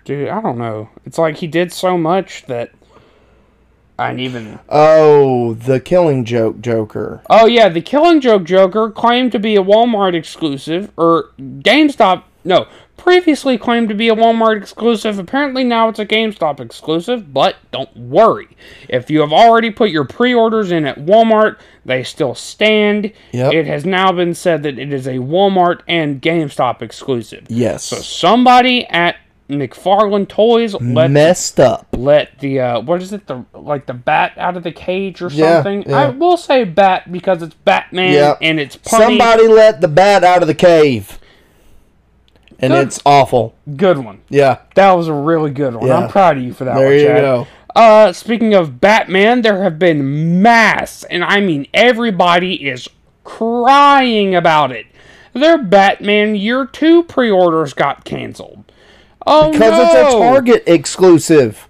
Speaker 3: dude, I don't know. It's like he did so much that I didn't even.
Speaker 2: Oh, the Killing Joke Joker.
Speaker 3: Oh yeah, the Killing Joke Joker claimed to be a Walmart exclusive or GameStop. No, previously claimed to be a Walmart exclusive. Apparently now it's a GameStop exclusive. But don't worry, if you have already put your pre-orders in at Walmart, they still stand.
Speaker 2: Yep.
Speaker 3: It has now been said that it is a Walmart and GameStop exclusive.
Speaker 2: Yes.
Speaker 3: Somebody at McFarlane Toys let
Speaker 2: Messed up.
Speaker 3: let the uh what is it the like the bat out of the cage or
Speaker 2: Yeah,
Speaker 3: something
Speaker 2: yeah.
Speaker 3: i will say bat because it's batman
Speaker 2: Yeah.
Speaker 3: and it's punny.
Speaker 2: Somebody let the bat out of the cave. And
Speaker 3: Good.
Speaker 2: it's awful.
Speaker 3: good one
Speaker 2: Yeah.
Speaker 3: that was a really good one
Speaker 2: Yeah.
Speaker 3: i'm proud of you for that
Speaker 2: There
Speaker 3: one
Speaker 2: you
Speaker 3: Chad.
Speaker 2: go.
Speaker 3: uh speaking of batman there have been mass and i mean everybody is crying about it their batman year two pre-orders got canceled oh
Speaker 2: Because
Speaker 3: no.
Speaker 2: it's a Target exclusive.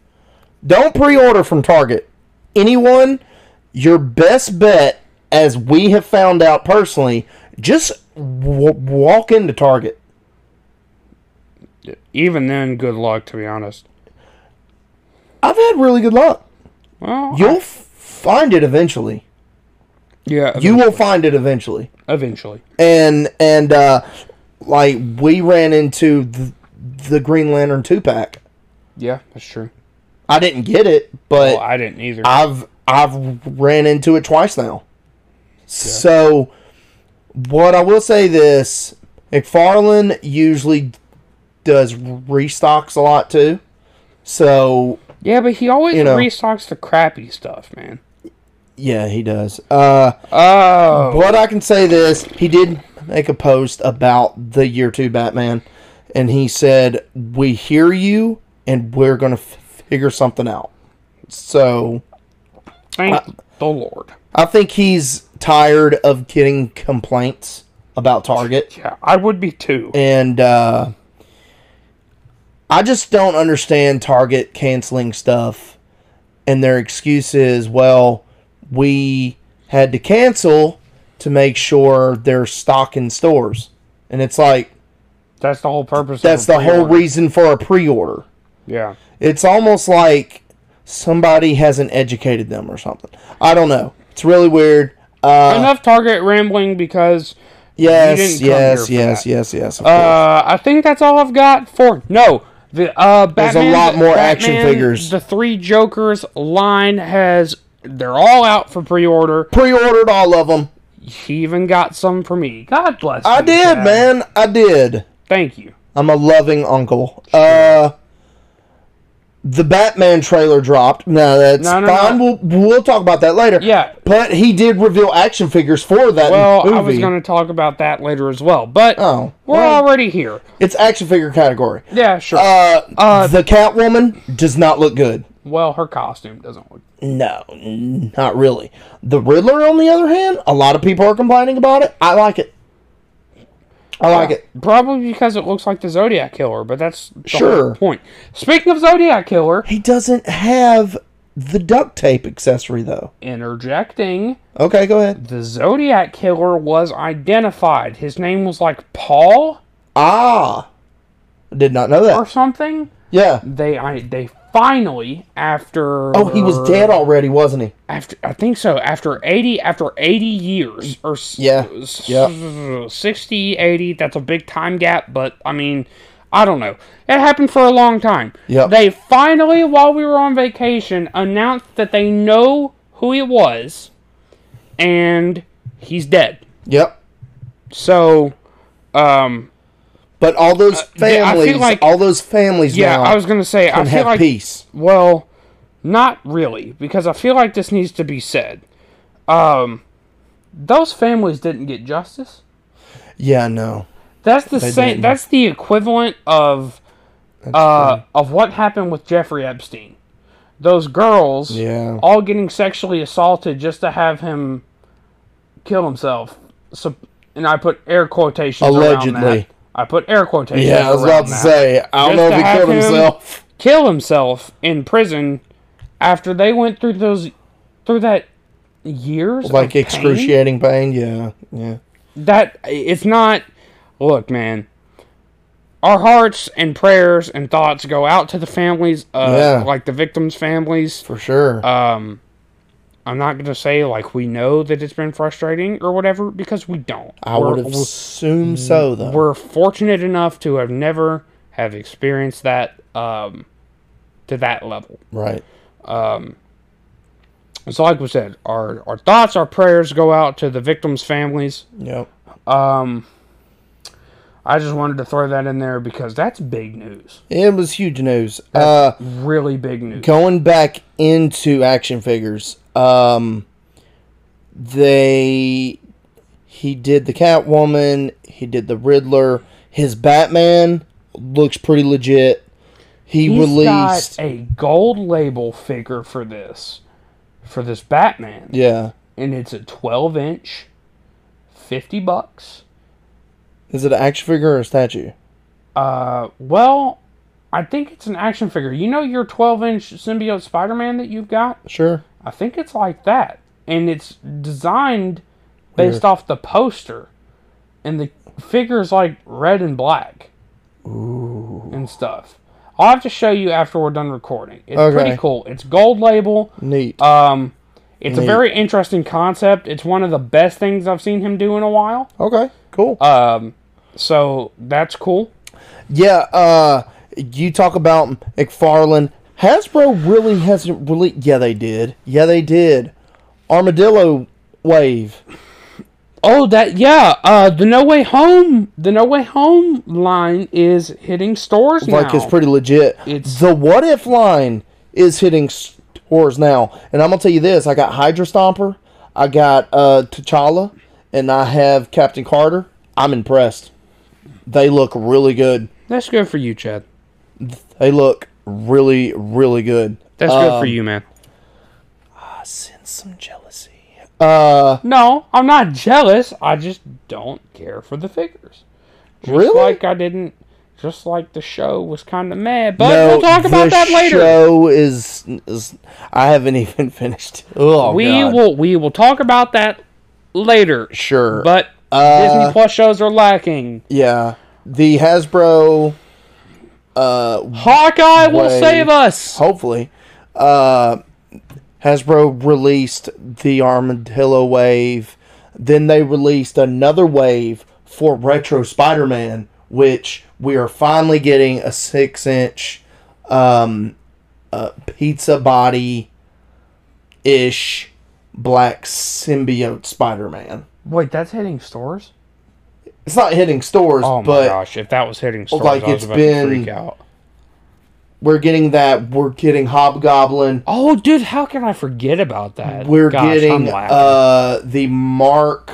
Speaker 2: Don't pre order from Target. Anyone, your best bet, as we have found out personally, just w- walk into Target.
Speaker 3: even then good luck to be honest
Speaker 2: I've had really good luck.
Speaker 3: well
Speaker 2: You'll f- find it eventually.
Speaker 3: yeah
Speaker 2: You will find it eventually.
Speaker 3: eventually
Speaker 2: And, and, uh, like, we ran into the, the Green Lantern 2 pack.
Speaker 3: yeah that's true
Speaker 2: I didn't get it, but.
Speaker 3: well, Oh, I didn't either.
Speaker 2: I've I've ran into it twice now. So what I will say this McFarlane usually does restocks a lot too. So
Speaker 3: Yeah, but he always
Speaker 2: You know.
Speaker 3: restocks the crappy stuff, man.
Speaker 2: yeah, he does. Uh
Speaker 3: Oh,
Speaker 2: what I can say this, he did make a post about the year 2 Batman and he said, "We hear you and we're going to f- figure something out." So
Speaker 3: thank the Lord.
Speaker 2: I think he's tired of getting complaints about Target,
Speaker 3: Yeah, I would be too.
Speaker 2: and uh, I just don't understand Target canceling stuff, and their excuse is, "Well, we had to cancel to make sure there's stock in stores," and it's like
Speaker 3: That's the whole purpose.
Speaker 2: that's
Speaker 3: of a
Speaker 2: the whole
Speaker 3: pre-order.
Speaker 2: reason for a pre-order.
Speaker 3: Yeah,
Speaker 2: It's almost like somebody hasn't educated them or something. I don't know. It's really weird. Uh,
Speaker 3: enough Target rambling because
Speaker 2: Yes,
Speaker 3: You didn't come here
Speaker 2: yes,
Speaker 3: for
Speaker 2: yes,
Speaker 3: that.
Speaker 2: yes, yes. of course.
Speaker 3: uh, I think that's all I've got for no. The uh, Batman,
Speaker 2: lot more
Speaker 3: Batman,
Speaker 2: action figures.
Speaker 3: The three Jokers line has they're all out for pre-order.
Speaker 2: Pre-ordered all of them.
Speaker 3: He even got some for me. God bless.
Speaker 2: I
Speaker 3: you,
Speaker 2: did,
Speaker 3: Chad.
Speaker 2: man. I did.
Speaker 3: Thank you.
Speaker 2: I'm a loving uncle. Uh, the Batman trailer dropped. No, that's
Speaker 3: No, no,
Speaker 2: fine.
Speaker 3: no.
Speaker 2: We'll we'll talk about that later.
Speaker 3: Yeah.
Speaker 2: but he did reveal action figures for that
Speaker 3: Well,
Speaker 2: movie.
Speaker 3: I was going to talk about that later as well, but
Speaker 2: Oh,
Speaker 3: we're
Speaker 2: well-
Speaker 3: already here.
Speaker 2: It's action figure category.
Speaker 3: Yeah, sure. Uh,
Speaker 2: Uh, the Catwoman does not look good.
Speaker 3: Well, her costume doesn't look.
Speaker 2: No, not really. The Riddler, on the other hand, a lot of people are complaining about it. I like it. I like it.
Speaker 3: Probably because it looks like the Zodiac Killer, but that's the whole
Speaker 2: Sure.
Speaker 3: point. Speaking of Zodiac Killer,
Speaker 2: He doesn't have the duct tape accessory, though.
Speaker 3: interjecting,
Speaker 2: Okay, go ahead.
Speaker 3: the Zodiac Killer was identified. His name was like Paul
Speaker 2: Ah, did not know
Speaker 3: or
Speaker 2: that.
Speaker 3: something.
Speaker 2: Yeah.
Speaker 3: They I, they finally after
Speaker 2: Oh, he was dead already, wasn't he?
Speaker 3: after I think so after 80 after 80 years or s-
Speaker 2: Yeah.
Speaker 3: s-
Speaker 2: Yeah.
Speaker 3: 60 80 that's a big time gap but I mean I don't know it happened for a long time
Speaker 2: Yep.
Speaker 3: they finally while we were on vacation announced that they know who he was and he's dead
Speaker 2: Yep.
Speaker 3: so um
Speaker 2: But all those
Speaker 3: they- Uh, I feel
Speaker 2: families,
Speaker 3: like-
Speaker 2: all those families
Speaker 3: yeah
Speaker 2: now
Speaker 3: I was gonna say I
Speaker 2: can
Speaker 3: feel
Speaker 2: have
Speaker 3: like
Speaker 2: peace.
Speaker 3: Well, not really, because I feel like this needs to be said. Um, those families didn't get justice.
Speaker 2: Yeah, no.
Speaker 3: That's the same.
Speaker 2: didn't.
Speaker 3: That's the equivalent of uh, of what happened with Jeffrey Epstein. Those girls,
Speaker 2: Yeah.
Speaker 3: all getting sexually assaulted just to have him kill himself. So, and I put air quotations around that.
Speaker 2: Allegedly.
Speaker 3: I put air quotations.
Speaker 2: Yeah, I was
Speaker 3: around
Speaker 2: about to
Speaker 3: that
Speaker 2: say. I don't
Speaker 3: Just
Speaker 2: know if
Speaker 3: to
Speaker 2: he
Speaker 3: have
Speaker 2: killed
Speaker 3: him-
Speaker 2: himself.
Speaker 3: kill himself in prison after they went through those through that years of
Speaker 2: Like
Speaker 3: pain?
Speaker 2: excruciating pain. Yeah, yeah.
Speaker 3: that it's not look man our hearts and prayers and thoughts go out to the families of
Speaker 2: Yeah.
Speaker 3: like the victims families
Speaker 2: For sure.
Speaker 3: um i'm not gonna say like we know that it's been frustrating or whatever because we don't
Speaker 2: I
Speaker 3: We're- mm,
Speaker 2: would have assumed so, though.
Speaker 3: we're fortunate enough to have never have experienced that um to that level
Speaker 2: Right.
Speaker 3: So, like we said, our our thoughts, our prayers go out to the victims' families.
Speaker 2: Yep.
Speaker 3: I just wanted to throw that in there because that's big news,
Speaker 2: It was huge news. Uh,
Speaker 3: really big news.
Speaker 2: going back into action figures, um, they he did the Catwoman, he did the Riddler, his Batman looks pretty legit. He
Speaker 3: He's
Speaker 2: released,
Speaker 3: got a gold label figure for this, for this Batman,
Speaker 2: yeah,
Speaker 3: and it's a 12 inch, 50 bucks.
Speaker 2: is it an action figure or a statue?
Speaker 3: Uh, well, I think it's an action figure. You know your 12 inch symbiote Spider Man that you've got?
Speaker 2: Sure.
Speaker 3: I think it's like that, and it's designed
Speaker 2: Weird.
Speaker 3: based off the poster, and the figure's like red and black, ooh, and stuff. I'll have to show you after we're done recording. It's pretty
Speaker 2: Okay.
Speaker 3: cool. It's gold label.
Speaker 2: Neat.
Speaker 3: Um, it's a
Speaker 2: Neat.
Speaker 3: very interesting concept. It's one of the best things I've seen him do in a while.
Speaker 2: okay. Cool.
Speaker 3: Um, so that's cool.
Speaker 2: Yeah, uh you talk about McFarlane. Hasbro really hasn't really Yeah, they did. Yeah, they did. Armadillo wave.
Speaker 3: Oh, that yeah. Uh, the No Way Home, the No Way Home line is hitting stores now.
Speaker 2: Like it's pretty legit.
Speaker 3: It's-
Speaker 2: the what if line is hitting stores now. And I'm gonna tell you this, I got Hydra Stomper, I got uh T'Challa, and I have Captain Carter. I'm impressed. They look really good.
Speaker 3: That's good for you, Chad.
Speaker 2: They look really, really good.
Speaker 3: That's good for you, man.
Speaker 2: I sense some jealousy. Uh
Speaker 3: No, I'm not jealous. I just don't care for the figures. Just
Speaker 2: Really?
Speaker 3: Like I didn't. Just like the show was kind of mad, but
Speaker 2: No,
Speaker 3: we'll talk about
Speaker 2: the
Speaker 3: that later.
Speaker 2: Show is, is I haven't even finished. Oh,
Speaker 3: we
Speaker 2: God.
Speaker 3: will. We will talk about that later.
Speaker 2: sure,
Speaker 3: But Disney Plus shows are lacking.
Speaker 2: yeah, the Hasbro. Uh,
Speaker 3: Hawkeye will
Speaker 2: Wait.
Speaker 3: save us.
Speaker 2: hopefully, uh, Hasbro released the Armadillo wave. Then they released another wave for Retro Spider-Man, which we are finally getting a six-inch, um, uh, pizza body, ish, black symbiote Spider-Man.
Speaker 3: Wait, that's hitting stores.
Speaker 2: It's not hitting stores,
Speaker 3: Oh my
Speaker 2: but
Speaker 3: gosh! If that was hitting stores,
Speaker 2: like,
Speaker 3: I was
Speaker 2: it's
Speaker 3: about
Speaker 2: been-
Speaker 3: to freak out.
Speaker 2: we're getting that. We're getting Hobgoblin.
Speaker 3: Oh, dude, how can I forget about that?
Speaker 2: We're
Speaker 3: Gosh, I'm
Speaker 2: getting
Speaker 3: laughing.
Speaker 2: uh the Mark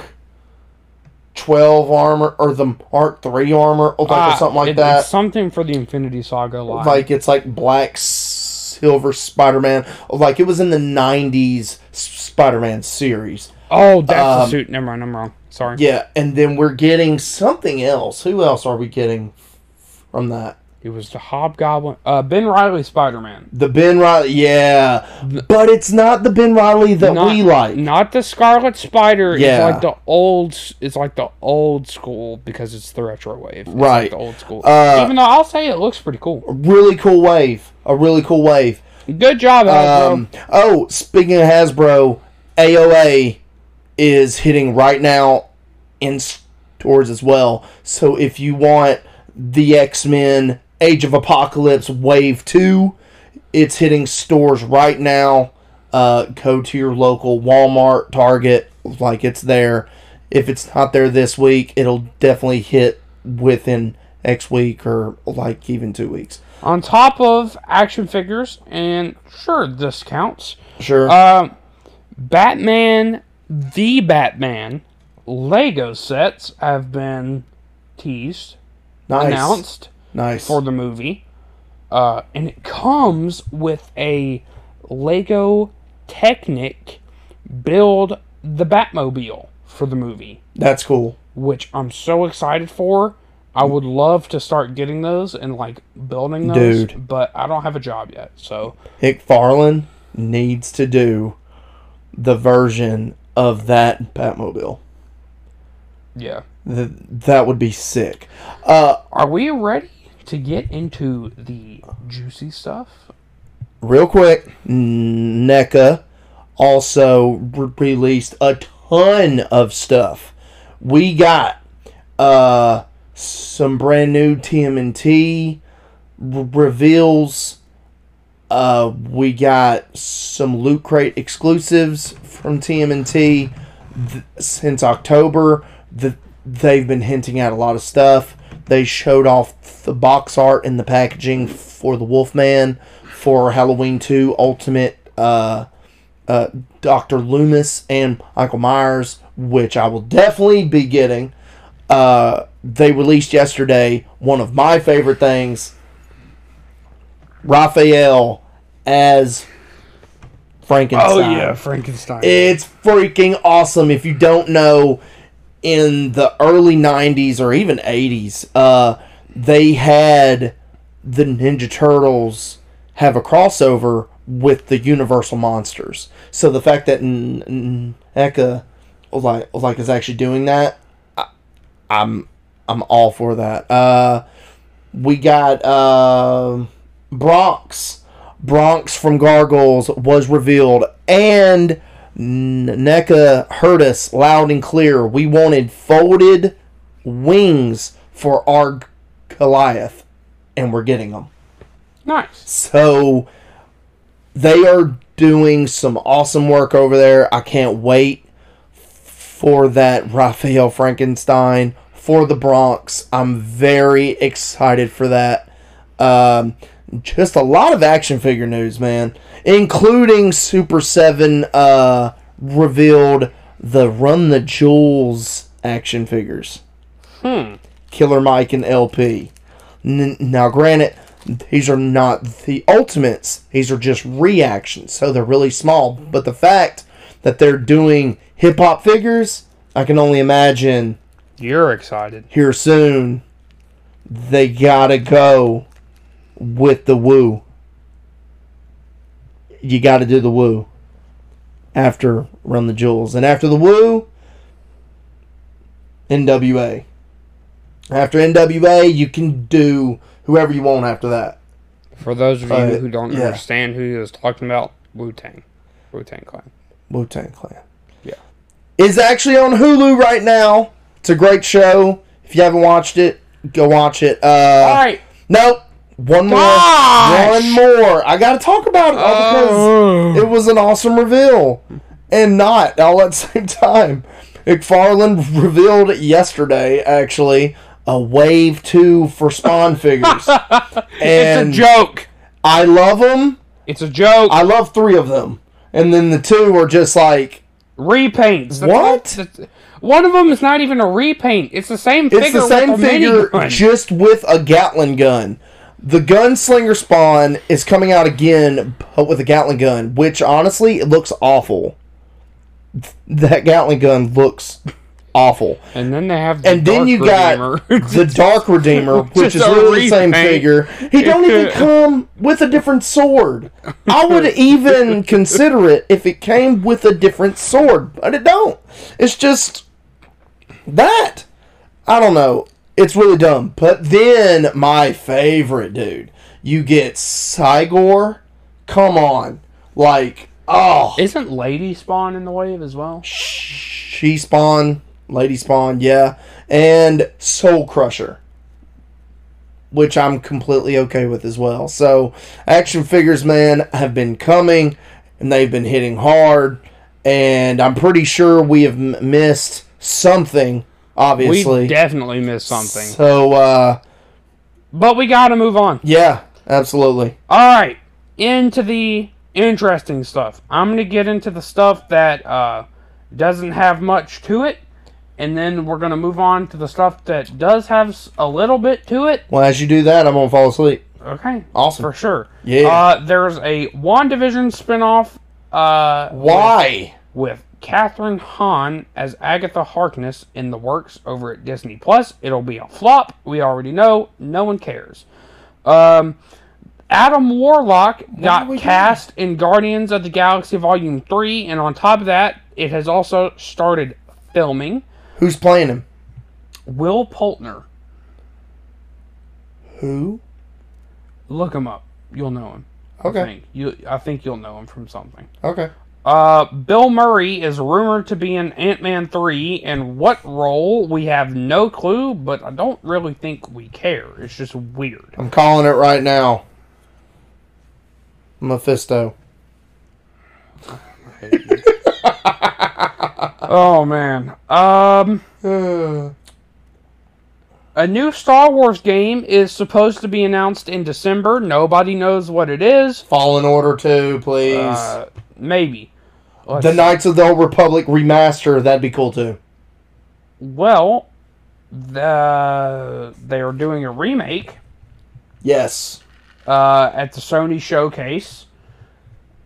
Speaker 2: twelve armor or the Mark three armor, or like or
Speaker 3: Ah,
Speaker 2: something
Speaker 3: it-
Speaker 2: like
Speaker 3: it's
Speaker 2: that.
Speaker 3: something for the Infinity Saga line.
Speaker 2: like it's like black s- Silver Spider Man. Like it was in the '90s Spider Man series.
Speaker 3: Oh, that's
Speaker 2: um,
Speaker 3: the suit. Never mind, I'm wrong. Sorry.
Speaker 2: Yeah, and then we're getting something else. Who else are we getting from that?
Speaker 3: It was the Hobgoblin, uh, Ben Riley Spider Man.
Speaker 2: The Ben Riley, yeah, but it's not the Ben Riley that
Speaker 3: Not,
Speaker 2: we like.
Speaker 3: not the Scarlet Spider.
Speaker 2: Yeah.
Speaker 3: It's like the old. s- It's like the old school because it's the retro wave. It's like
Speaker 2: Right.
Speaker 3: the old school.
Speaker 2: Uh,
Speaker 3: Even though I'll say it looks pretty cool.
Speaker 2: Really cool wave, a really cool wave.
Speaker 3: Good job, Hasbro.
Speaker 2: Um, oh, speaking of Hasbro, AOA is hitting right now in stores as well. So if you want the X Men Age of Apocalypse Wave 2, it's hitting stores right now. Uh, go to your local Walmart, Target, like it's there. If it's not there this week, it'll definitely hit within next week or like even two weeks.
Speaker 3: On top of action figures, and sure, this counts.
Speaker 2: Sure.
Speaker 3: Um, Batman, the Batman, Lego sets have been teased,
Speaker 2: nice.
Speaker 3: announced
Speaker 2: Nice.
Speaker 3: for the movie, uh, and it comes with a Lego Technic build the Batmobile for the movie,
Speaker 2: That's cool.
Speaker 3: which I'm so excited for. I would love to start getting those and like building those,
Speaker 2: Dude.
Speaker 3: but I don't have a job yet, so
Speaker 2: McFarlane needs to do the version of that Batmobile.
Speaker 3: yeah.
Speaker 2: Th- that would be sick. Uh,
Speaker 3: Are we ready to get into the juicy stuff?
Speaker 2: real quick, NECA also re- released a ton of stuff. We got uh, some brand new TMNT re- reveals. Uh, we got some Loot Crate exclusives from TMNT th- since October. The, they've been hinting at a lot of stuff. They showed off the box art and the packaging for the Wolfman for Halloween 2 Ultimate uh, uh, Dr. Loomis and Michael Myers, which I will definitely be getting. Uh, they released yesterday one of my favorite things Raphael as Frankenstein.
Speaker 3: Frankenstein.
Speaker 2: It's freaking awesome. If you don't know, in the early 90s or even 80s, uh, they had the Ninja Turtles have a crossover with the Universal Monsters. So the fact that N- N- NECA like, like is actually doing that, I, I'm I'm all for that. Uh, we got um Bronx. Bronx from Gargoyles was revealed, and N- NECA heard us loud and clear. We wanted folded wings for our Goliath, and we're getting them.
Speaker 3: nice.
Speaker 2: So they are doing some awesome work over there. I can't wait for that Raphael Frankenstein for the Bronx. I'm very excited for that. Um, just a lot of action figure news, man, including Super 7 uh, revealed the Run the Jewels action figures.
Speaker 3: Hmm.
Speaker 2: Killer Mike and LP. N- now, granted, these are not the ultimates; these are just reactions, so they're really small. But the fact that they're doing hip hop figures, I can only imagine
Speaker 3: You're excited.
Speaker 2: here soon. They gotta go with the woo. You gotta do the woo after Run the Jewels, and after the woo, NWA. After NWA, you can do whoever you want after that.
Speaker 3: For those of you
Speaker 2: Uh,
Speaker 3: who don't
Speaker 2: yeah.
Speaker 3: understand who he was talking about, Wu Tang. Wu Tang Clan.
Speaker 2: Wu Tang Clan.
Speaker 3: Yeah.
Speaker 2: Is actually on Hulu right now. It's a great show. If you haven't watched it, go watch it. Uh,
Speaker 3: All right.
Speaker 2: Nope. One more.
Speaker 3: Gosh!
Speaker 2: One more. I gotta talk about it all because
Speaker 3: Oh.
Speaker 2: it was an awesome reveal. And not all at the same time. McFarlane revealed yesterday, actually, a wave two for Spawn figures. and
Speaker 3: it's a joke.
Speaker 2: I love them.
Speaker 3: It's a joke.
Speaker 2: I love three of them. And then the two are just like,
Speaker 3: Repaints. That's
Speaker 2: What?
Speaker 3: all- that's- one of them is not even a repaint. It's the same
Speaker 2: it's
Speaker 3: figure.
Speaker 2: the same
Speaker 3: with a
Speaker 2: figure
Speaker 3: minigun.
Speaker 2: just with a Gatlin gun. The gunslinger spawn is coming out again, but with a Gatling gun, which honestly it looks awful. That Gatling gun looks awful.
Speaker 3: And then they have the
Speaker 2: And then
Speaker 3: Dark
Speaker 2: you got
Speaker 3: Redeemer.
Speaker 2: the Dark Redeemer, which
Speaker 3: Just
Speaker 2: is
Speaker 3: a
Speaker 2: really the same
Speaker 3: repaint.
Speaker 2: figure. He don't even come with a different sword. I would even consider it if it came with a different sword, but it don't. It's just that. I don't know. It's really dumb. But then my favorite dude, you get Sigor. Come on, like oh,
Speaker 3: Isn't Lady Spawn in the wave as well?
Speaker 2: she spawn, lady spawn, yeah, and Soul Crusher, which I'm completely okay with as well. So action figures, man, have been coming, and they've been hitting hard, and I'm pretty sure we have m- missed something. Obviously,
Speaker 3: We definitely missed something.
Speaker 2: So uh,
Speaker 3: But we gotta move on.
Speaker 2: yeah, absolutely.
Speaker 3: All right, into the interesting stuff. I'm gonna get into the stuff that uh, doesn't have much to it, and then we're gonna move on to the stuff that does have s- a little bit to it.
Speaker 2: Well, as you do that, I'm gonna fall asleep.
Speaker 3: Okay,
Speaker 2: Awesome.
Speaker 3: for sure.
Speaker 2: Yeah.
Speaker 3: Uh, there's a Wandavision spinoff. Uh,
Speaker 2: Why?
Speaker 3: with Katherine Hahn as Agatha Harkness in the works over at Disney Plus. It'll be a flop. We already know. No one cares. Um, Adam Warlock
Speaker 2: are
Speaker 3: got
Speaker 2: we
Speaker 3: cast in Guardians of the Galaxy Volume 3, and on top of that, it has also started filming.
Speaker 2: Who's playing him?
Speaker 3: Will Poultner.
Speaker 2: Who?
Speaker 3: Look him up. You'll know him. I
Speaker 2: Okay.
Speaker 3: think. You, I think you'll know him from something.
Speaker 2: Okay.
Speaker 3: Uh, Bill Murray is rumored to be in Ant Man 3, and what role we have no clue, but I don't really think we care. It's just weird.
Speaker 2: I'm calling it right now. Mephisto.
Speaker 3: Oh man. Um, a new Star Wars game is supposed to be announced in December. Nobody knows what it is.
Speaker 2: Fallen Order 2, please.
Speaker 3: Uh, maybe. Let's
Speaker 2: the
Speaker 3: see.
Speaker 2: Knights of the Old Republic remaster, that'd be cool too.
Speaker 3: Well, the, they are doing a remake.
Speaker 2: Yes.
Speaker 3: uh, at the Sony showcase,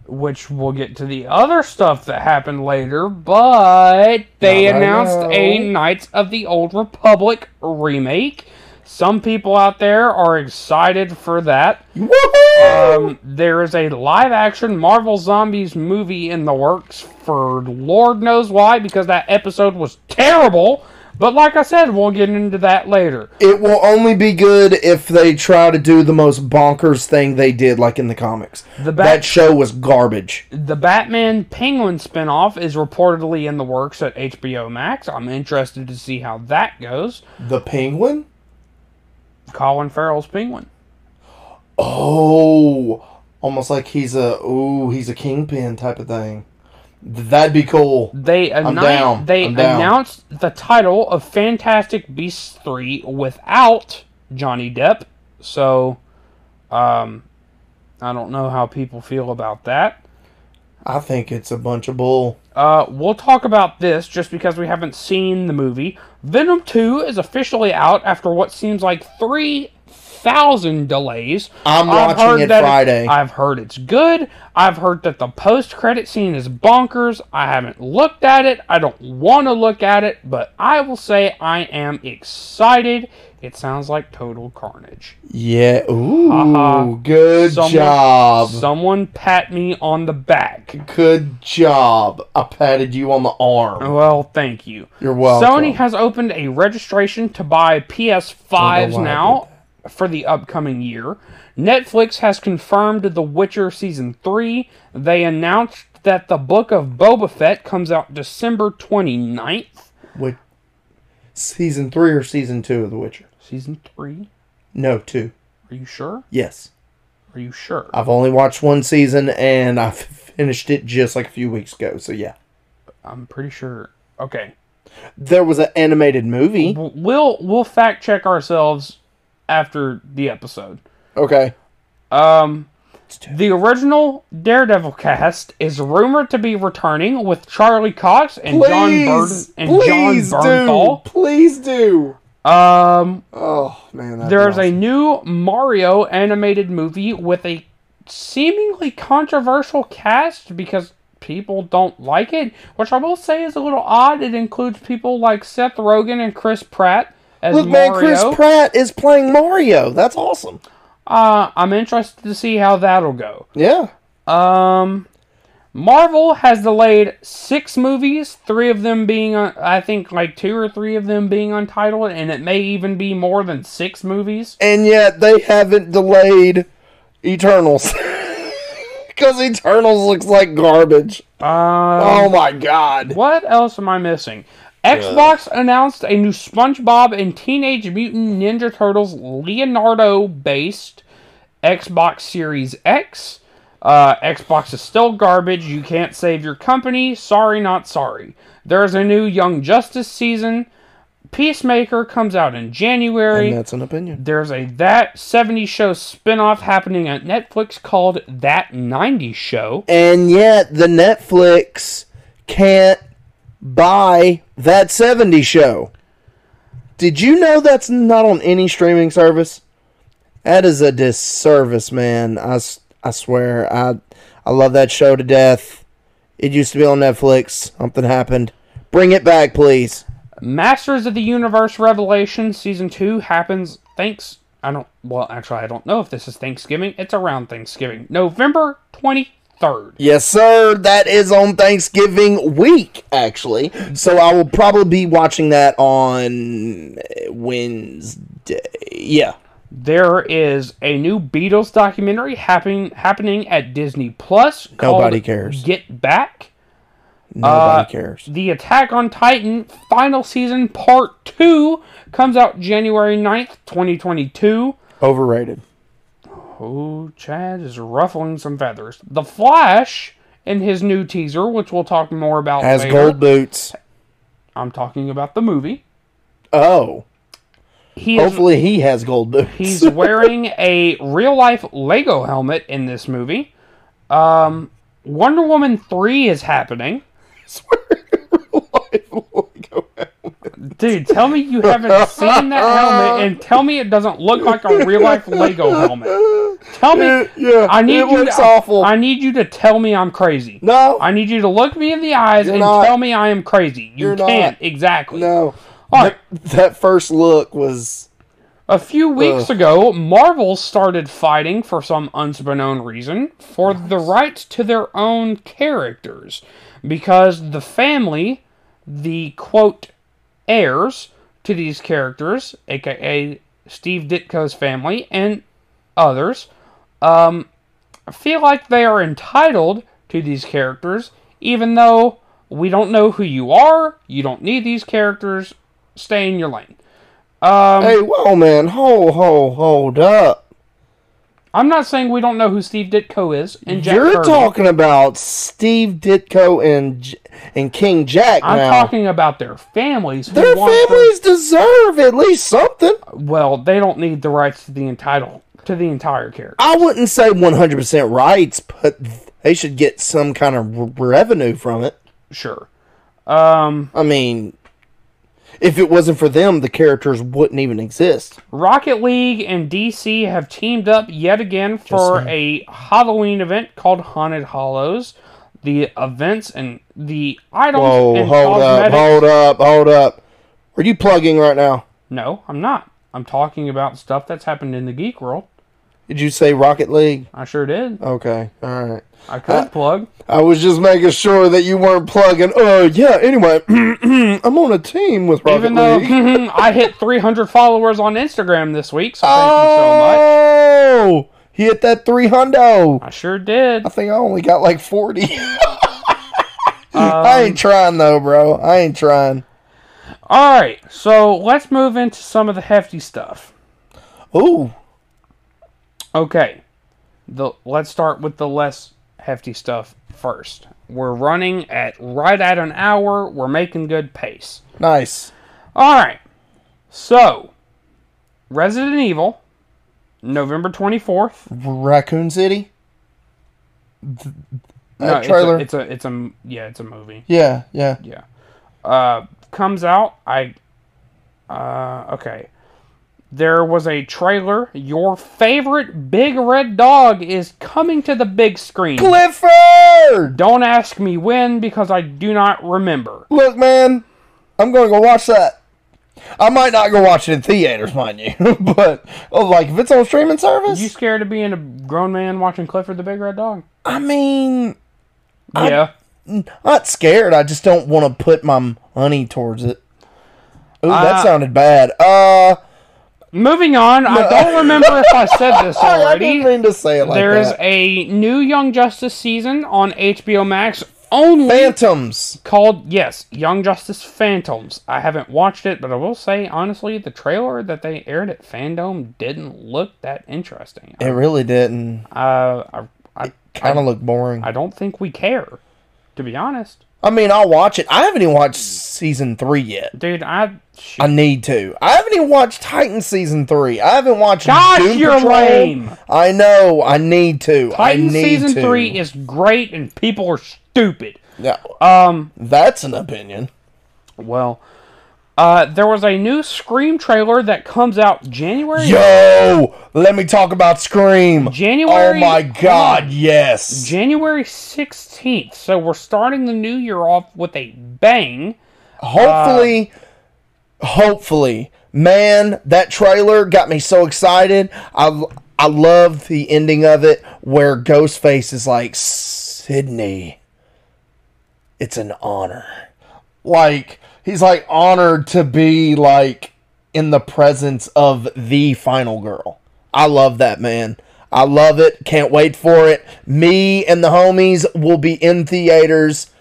Speaker 3: which we'll get to the other stuff that happened later, but they
Speaker 2: Not right
Speaker 3: announced
Speaker 2: now.
Speaker 3: a Knights of the Old Republic remake. Some people out there are excited for that.
Speaker 2: Woohoo!
Speaker 3: Um, there is a live action Marvel Zombies movie in the works for Lord knows why, because that episode was terrible. But like I said, we'll get into that later.
Speaker 2: it will only be good if they try to do the most bonkers thing they did, like in the comics.
Speaker 3: The back
Speaker 2: that show was garbage.
Speaker 3: The Batman Penguin spinoff is reportedly in the works at HBO Max. I'm interested to see how that goes.
Speaker 2: The Penguin?
Speaker 3: Colin Farrell's Penguin.
Speaker 2: Oh, almost like he's a ooh, he's a kingpin type of thing. That'd be cool.
Speaker 3: They anni-
Speaker 2: down.
Speaker 3: they
Speaker 2: I'm down.
Speaker 3: announced the title of Fantastic Beasts 3 without Johnny Depp. So um I don't know how people feel about that.
Speaker 2: I think it's a bunch of bull.
Speaker 3: Uh, we'll talk about this just because we haven't seen the movie. Venom 2 is officially out after what seems like 3,000 delays.
Speaker 2: I'm
Speaker 3: I've heard
Speaker 2: watching it
Speaker 3: that
Speaker 2: Friday.
Speaker 3: I've heard it's good. I've heard that the post credit scene is bonkers. I haven't looked at it. I don't want to look at it, but I will say I am excited. It sounds like total carnage.
Speaker 2: Yeah. Ooh.
Speaker 3: Uh-huh.
Speaker 2: Good
Speaker 3: Someone-
Speaker 2: job.
Speaker 3: Someone pat me on the back.
Speaker 2: Good job. I patted you on the arm.
Speaker 3: Well, thank you.
Speaker 2: You're welcome.
Speaker 3: Oh. Sony has opened a registration to buy PS5s
Speaker 2: Don't know why I
Speaker 3: now for the upcoming year. Netflix has confirmed The Witcher Season 3. They announced that The Book of Boba Fett comes out December 29th.
Speaker 2: Wait, season three or season two of The Witcher?
Speaker 3: Season 3?
Speaker 2: No, two.
Speaker 3: Are you sure?
Speaker 2: Yes.
Speaker 3: Are you sure?
Speaker 2: I've only watched one season and I finished it just like a few weeks ago. So yeah,
Speaker 3: I'm pretty sure. Okay.
Speaker 2: there was an animated movie.
Speaker 3: W- We'll we'll fact check ourselves after the episode.
Speaker 2: Okay.
Speaker 3: Um,
Speaker 2: two.
Speaker 3: the original Daredevil cast is rumored to be returning with Charlie Cox and John Bird and John Bernthal.
Speaker 2: please do.
Speaker 3: Um,
Speaker 2: Oh man, that'd be
Speaker 3: there's a
Speaker 2: awesome.
Speaker 3: new Mario animated movie with a seemingly controversial cast because people don't like it, which I will say is a little odd. It includes people like Seth Rogen and Chris Pratt as
Speaker 2: Look,
Speaker 3: Mario.
Speaker 2: man, Chris Pratt is playing Mario. That's awesome.
Speaker 3: uh, I'm interested to see how that'll go.
Speaker 2: Yeah.
Speaker 3: Um, Marvel has delayed six movies, three of them being, uh, I think, like two or three of them being untitled, and it may even be more than six movies.
Speaker 2: and yet they haven't delayed Eternals because Eternals looks like garbage.
Speaker 3: Uh,
Speaker 2: oh my god!
Speaker 3: what else am I missing? Xbox announced a new SpongeBob and Teenage Mutant Ninja Turtles Leonardo based Xbox Series X. Uh, Xbox is still garbage. You can't save your company. Sorry, not sorry. There's a new Young Justice season. Peacemaker comes out in January.
Speaker 2: And that's an opinion.
Speaker 3: There's a That 70 Show spinoff happening at Netflix called That 90 Show.
Speaker 2: And yet the Netflix can't buy that seventy show. Did you know that's not on any streaming service? That is a disservice, man. I, s- I swear I I love that show to death. It used to be on Netflix. Something happened. Bring it back, please.
Speaker 3: Masters of the Universe Revelation Season 2 happens thanks. I don't. Well, actually, I don't know if this is Thanksgiving. It's around Thanksgiving. November 23rd.
Speaker 2: Yes, sir. That is on Thanksgiving week, actually. So I will probably be watching that on uh, Wednesday. Yeah.
Speaker 3: There is a new Beatles documentary happening happening at Disney Plus. called
Speaker 2: Nobody cares.
Speaker 3: Get Back.
Speaker 2: Nobody cares.
Speaker 3: The Attack on Titan final season part 2 comes out January 9th, 2022.
Speaker 2: Overrated.
Speaker 3: Oh, Chad is ruffling some feathers. The Flash in his new teaser, which we'll talk more about
Speaker 2: Has
Speaker 3: later.
Speaker 2: gold boots.
Speaker 3: I'm talking about the movie.
Speaker 2: Oh.
Speaker 3: He is,
Speaker 2: Hopefully he has gold boots.
Speaker 3: he's wearing a real life Lego helmet in this movie. Um, Wonder Woman 3 is happening. Dude, tell me you haven't seen that helmet and tell me it doesn't look like a real life Lego helmet. Tell me.
Speaker 2: yeah.
Speaker 3: I need
Speaker 2: it
Speaker 3: you
Speaker 2: looks
Speaker 3: to,
Speaker 2: awful.
Speaker 3: I need you to tell me I'm crazy.
Speaker 2: no.
Speaker 3: I need you to look me in the eyes and
Speaker 2: not.
Speaker 3: tell me I am crazy. You
Speaker 2: You're not.
Speaker 3: can't. Exactly.
Speaker 2: no.
Speaker 3: All right.
Speaker 2: That first look was
Speaker 3: A few weeks ago, Marvel started fighting for some unbeknown reason for the rights to their own characters because the family, the quote, heirs to these characters, aka Steve Ditko's family and others, um, feel like they are entitled to these characters even though we don't know who you are, you don't need these characters, stay in your lane. Um,
Speaker 2: Hey, whoa man, ho ho hold up.
Speaker 3: I'm not saying we don't know who Steve Ditko is and Jack
Speaker 2: You're
Speaker 3: Kirby.
Speaker 2: talking about Steve Ditko and J- and King Jack
Speaker 3: I'm
Speaker 2: now.
Speaker 3: talking about their families. Who
Speaker 2: Their
Speaker 3: want their-
Speaker 2: families deserve at least something.
Speaker 3: well, they don't need the rights to the entitle to the entire character.
Speaker 2: I wouldn't say 100% rights, but they should get some kind of r- revenue from it.
Speaker 3: Sure. Um,
Speaker 2: I mean, if it wasn't for them, the characters wouldn't even exist.
Speaker 3: Rocket League and DC have teamed up yet again for a Halloween event called Haunted Hollows. The events and the items
Speaker 2: Oh,
Speaker 3: and
Speaker 2: hold up,
Speaker 3: cosmetics.
Speaker 2: hold up, hold up. Are you plugging right now?
Speaker 3: No, I'm not. I'm talking about stuff that's happened in the geek world.
Speaker 2: Did you say Rocket League?
Speaker 3: I sure did.
Speaker 2: Okay, all right.
Speaker 3: I could
Speaker 2: Uh,
Speaker 3: plug.
Speaker 2: I was just making sure that you weren't plugging. Oh, yeah, anyway, I'm on a team with Rocket
Speaker 3: Even
Speaker 2: League.
Speaker 3: though I hit 300 followers on Instagram this week, so thank you so much.
Speaker 2: oh, he hit that three hundo.
Speaker 3: I sure did.
Speaker 2: I think I only got like forty.
Speaker 3: Um,
Speaker 2: I ain't trying though, bro. I ain't trying.
Speaker 3: All right, so let's move into some of the hefty stuff.
Speaker 2: Ooh,
Speaker 3: Okay, the let's start with the less hefty stuff first. We're running at right at an hour. We're making good pace.
Speaker 2: nice.
Speaker 3: All right, so Resident Evil, November 24th.
Speaker 2: Raccoon City. That
Speaker 3: No,
Speaker 2: trailer.
Speaker 3: It's a, it's a it's a yeah, it's a movie.
Speaker 2: yeah, yeah.
Speaker 3: Yeah. Uh, comes out. I Uh, okay. There was a trailer. Your favorite big red dog is coming to the big screen.
Speaker 2: Clifford!
Speaker 3: Don't ask me when because I do not remember.
Speaker 2: Look, man, I'm going to go watch that. I might not go watch it in theaters, mind you, but oh, like if it's on streaming service,
Speaker 3: You scared of being a grown man watching Clifford the Big Red Dog?
Speaker 2: I mean,
Speaker 3: yeah.
Speaker 2: not scared. I just don't want to put my money towards it. Ooh,
Speaker 3: Uh,
Speaker 2: that sounded bad. Uh,
Speaker 3: Moving on, I don't remember if I said this
Speaker 2: I
Speaker 3: already.
Speaker 2: didn't mean to say it like
Speaker 3: There is
Speaker 2: that.
Speaker 3: a new Young Justice season on HBO Max only
Speaker 2: Phantoms.
Speaker 3: called, yes, Young Justice Phantoms. I haven't watched it, but I will say, honestly, the trailer that they aired at Fandom didn't look that interesting.
Speaker 2: It really didn't.
Speaker 3: Uh, I, I,
Speaker 2: Kind of looked boring.
Speaker 3: I don't think we care, to be honest.
Speaker 2: I mean, I'll watch it. I haven't even watched season three yet.
Speaker 3: Dude, I. Shoot.
Speaker 2: I need to. I haven't even watched Titan season three. I haven't watched.
Speaker 3: Gosh,
Speaker 2: Doom
Speaker 3: you're
Speaker 2: Patrol.
Speaker 3: lame.
Speaker 2: I know. I need to. I
Speaker 3: Titan
Speaker 2: need
Speaker 3: season
Speaker 2: to.
Speaker 3: three is great and people are stupid.
Speaker 2: Yeah,
Speaker 3: Um,
Speaker 2: that's an opinion.
Speaker 3: well, uh, there was a new Scream trailer that comes out January.
Speaker 2: Yo, let me talk about Scream.
Speaker 3: January-
Speaker 2: Oh my God, yes.
Speaker 3: January 16th. So we're starting the new year off with a bang.
Speaker 2: hopefully, hopefully, man, that trailer got me so excited. I I love the ending of it where Ghostface is like Sydney. It's an honor. Like he's like honored to be like in the presence of the final girl. I love that man. I love it. Can't wait for it. Me and the homies will be in theaters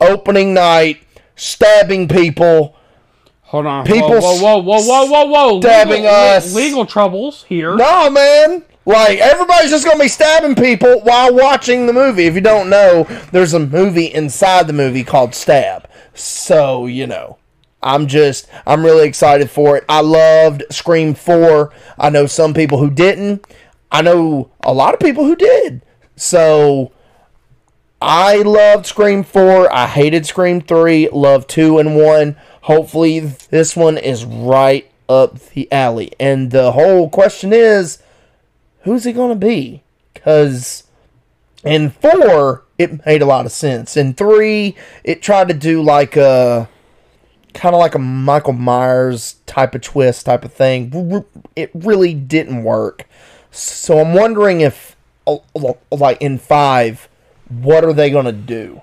Speaker 2: opening night stabbing people.
Speaker 3: Hold on.
Speaker 2: People
Speaker 3: whoa, whoa, whoa, whoa, whoa, whoa, whoa.
Speaker 2: stabbing
Speaker 3: legal, le-
Speaker 2: us.
Speaker 3: Legal troubles here.
Speaker 2: No, man. Like everybody's just gonna be stabbing people while watching the movie. If you don't know, there's a movie inside the movie called Stab. So you know, I'm just I'm really excited for it. I loved Scream Four. I know some people who didn't. I know a lot of people who did. So I loved Scream 4. I hated Scream 3. Love 2 and 1. Hopefully, this one is right up the alley. And the whole question is who's it going to be? Because in 4, it made a lot of sense. In 3, it tried to do like a. Kind of like a Michael Myers type of twist, type of thing. R- r- It really didn't work. So I'm wondering if, uh, like, in five, what are they going to do?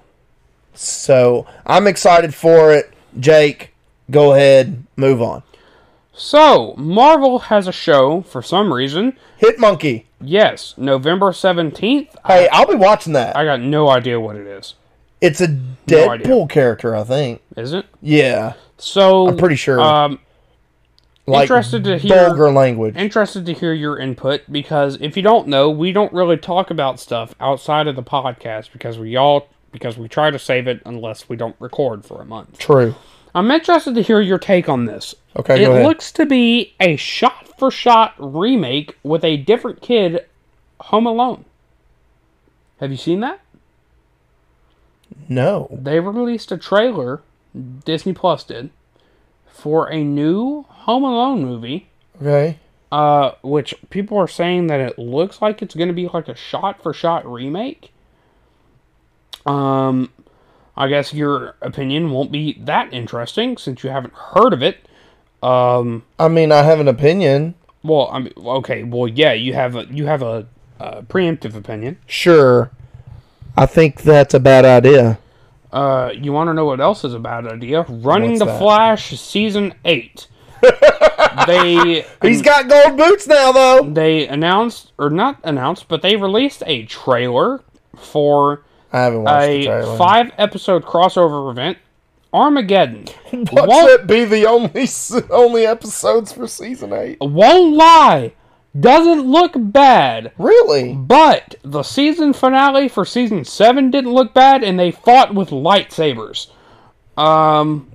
Speaker 2: So I'm excited for it. Jake, go ahead, move on.
Speaker 3: So, Marvel has a show for some reason.
Speaker 2: Hit Monkey.
Speaker 3: Yes, November 17th.
Speaker 2: Hey, I'll be watching that.
Speaker 3: I got no idea what it is.
Speaker 2: It's a
Speaker 3: idea.
Speaker 2: Deadpool character, I think.
Speaker 3: Is it?
Speaker 2: Yeah,
Speaker 3: So I'm
Speaker 2: pretty sure.
Speaker 3: Um,
Speaker 2: like
Speaker 3: Interested to hear-
Speaker 2: vulgar language.
Speaker 3: interested to hear your input because if you don't know, we don't really talk about stuff outside of the podcast because we all because we try to save it unless we don't record for a month.
Speaker 2: True.
Speaker 3: I'm interested to hear your take on this.
Speaker 2: Okay,
Speaker 3: it
Speaker 2: go ahead.
Speaker 3: looks to be a shot-for-shot remake with a different kid, Home Alone. Have you seen that?
Speaker 2: No.
Speaker 3: They released a trailer, Disney Plus did, for a new Home Alone movie.
Speaker 2: Okay.
Speaker 3: uh, which people are saying that it looks like it's going to be like a shot for shot remake. Um, I guess your opinion won't be that interesting since you haven't heard of it. Um,
Speaker 2: I mean, I have an opinion.
Speaker 3: well, I mean, okay, well, yeah, you have a you have a, uh preemptive opinion.
Speaker 2: Sure. I think that's a bad idea.
Speaker 3: Uh, you want to know what else is a bad idea? Running
Speaker 2: What's
Speaker 3: the
Speaker 2: that?
Speaker 3: Flash season eight. they
Speaker 2: He's got gold boots now, though.
Speaker 3: they announced or not announced, but they released a trailer for
Speaker 2: I haven't watched the
Speaker 3: a
Speaker 2: trailer.
Speaker 3: five episode crossover event, Armageddon.
Speaker 2: Watch
Speaker 3: won't,
Speaker 2: it be the only s- only episodes for season eight.
Speaker 3: won't lie, doesn't look bad.
Speaker 2: Really?
Speaker 3: But the season finale for season seven didn't look bad, and they fought with lightsabers. Um,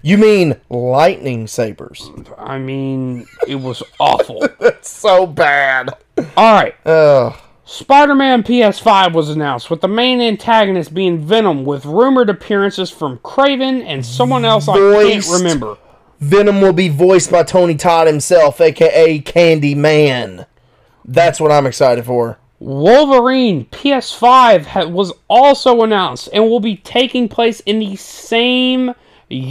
Speaker 2: You mean lightning sabers?
Speaker 3: I mean, it was awful.
Speaker 2: That's so bad.
Speaker 3: All right,
Speaker 2: Ugh.
Speaker 3: Spider-Man PS5 was announced, with the main antagonist being Venom, with rumored appearances from Craven and someone else I can't
Speaker 2: Voiced
Speaker 3: remember.
Speaker 2: Venom will be voiced by Tony Todd himself, aka Candy Man. That's what I'm excited for.
Speaker 3: Wolverine PS5 ha- was also announced and will be taking place in the same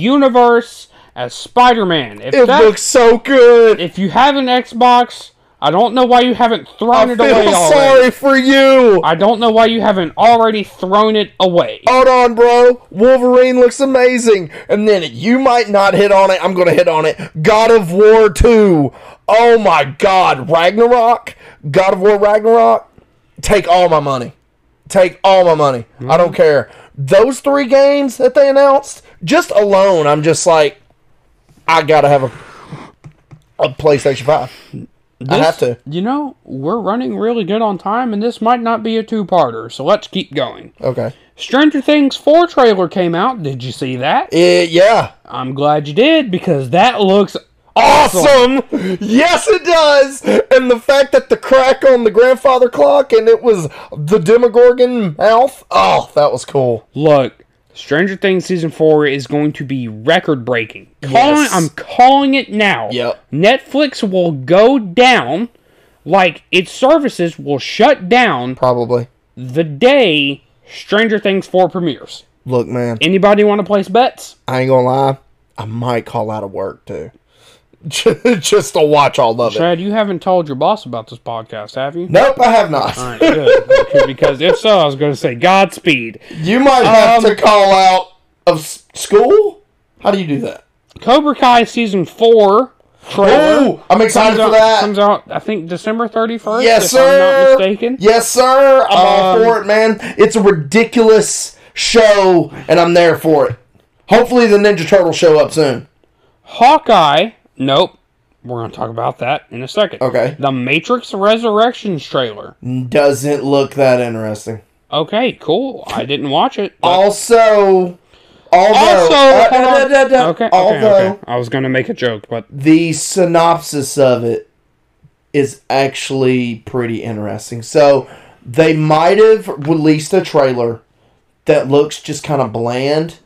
Speaker 3: universe as Spider-Man. If
Speaker 2: It
Speaker 3: that-
Speaker 2: looks so good.
Speaker 3: if you have an Xbox, I don't know why you haven't thrown
Speaker 2: I
Speaker 3: it away
Speaker 2: feel
Speaker 3: already.
Speaker 2: sorry for you.
Speaker 3: I don't know why you haven't already thrown it away.
Speaker 2: Hold on, bro. Wolverine looks amazing. And then you might not hit on it. I'm going to hit on it. God of War 2. Oh my God. Ragnarok. God of War Ragnarok. Take all my money. Take all my money. I don't care. Those three games that they announced, just alone, I'm just like, I got to have a, a PlayStation 5. I have to.
Speaker 3: You know, we're running really good on time, and this might not be a two-parter, so let's keep going.
Speaker 2: Okay.
Speaker 3: Stranger Things 4 trailer came out. Did you see that?
Speaker 2: Eh, yeah.
Speaker 3: I'm glad you did because that looks
Speaker 2: awesome. Yes, it does. And the fact that the crack on the grandfather clock and it was the Demogorgon mouth. Oh, that was cool.
Speaker 3: Look, Stranger Things season 4 is going to be record-breaking. Calling,
Speaker 2: Yes.
Speaker 3: I'm calling it now.
Speaker 2: Yep.
Speaker 3: Netflix will go down like its services will shut down
Speaker 2: Probably.
Speaker 3: the day Stranger Things 4 premieres.
Speaker 2: Look, man,
Speaker 3: Anybody want to place bets?
Speaker 2: I ain't gonna lie. I might call out of work too, just to watch all of it.
Speaker 3: Chad, you haven't told your boss about this podcast, have you?
Speaker 2: Nope, I have not.
Speaker 3: All right, good. Okay, because if so, I was going to say Godspeed.
Speaker 2: You might have
Speaker 3: Um,
Speaker 2: to call out of s- school. How do you do that?
Speaker 3: Cobra Kai season four trailer
Speaker 2: Oh, I'm excited
Speaker 3: comes,
Speaker 2: for
Speaker 3: out,
Speaker 2: that.
Speaker 3: comes out, I think, December 31st.
Speaker 2: Yes,
Speaker 3: if
Speaker 2: sir.
Speaker 3: I'm not mistaken.
Speaker 2: Yes, sir. I'm all
Speaker 3: Um,
Speaker 2: for it, man. It's a ridiculous show, and I'm there for it. Hopefully, the Ninja Turtles show up soon.
Speaker 3: Hawkeye. Nope. We're going to talk about that in a second.
Speaker 2: Okay.
Speaker 3: The Matrix Resurrections trailer.
Speaker 2: Doesn't look that interesting.
Speaker 3: Okay, cool. I didn't watch it. but-
Speaker 2: Also, although,
Speaker 3: also,
Speaker 2: uh,
Speaker 3: hold
Speaker 2: da-
Speaker 3: on.
Speaker 2: da- da- da-
Speaker 3: okay, okay,
Speaker 2: although
Speaker 3: okay. I was going to make a joke, but
Speaker 2: the synopsis of it is actually pretty interesting. So they might have released a trailer that looks just kind of bland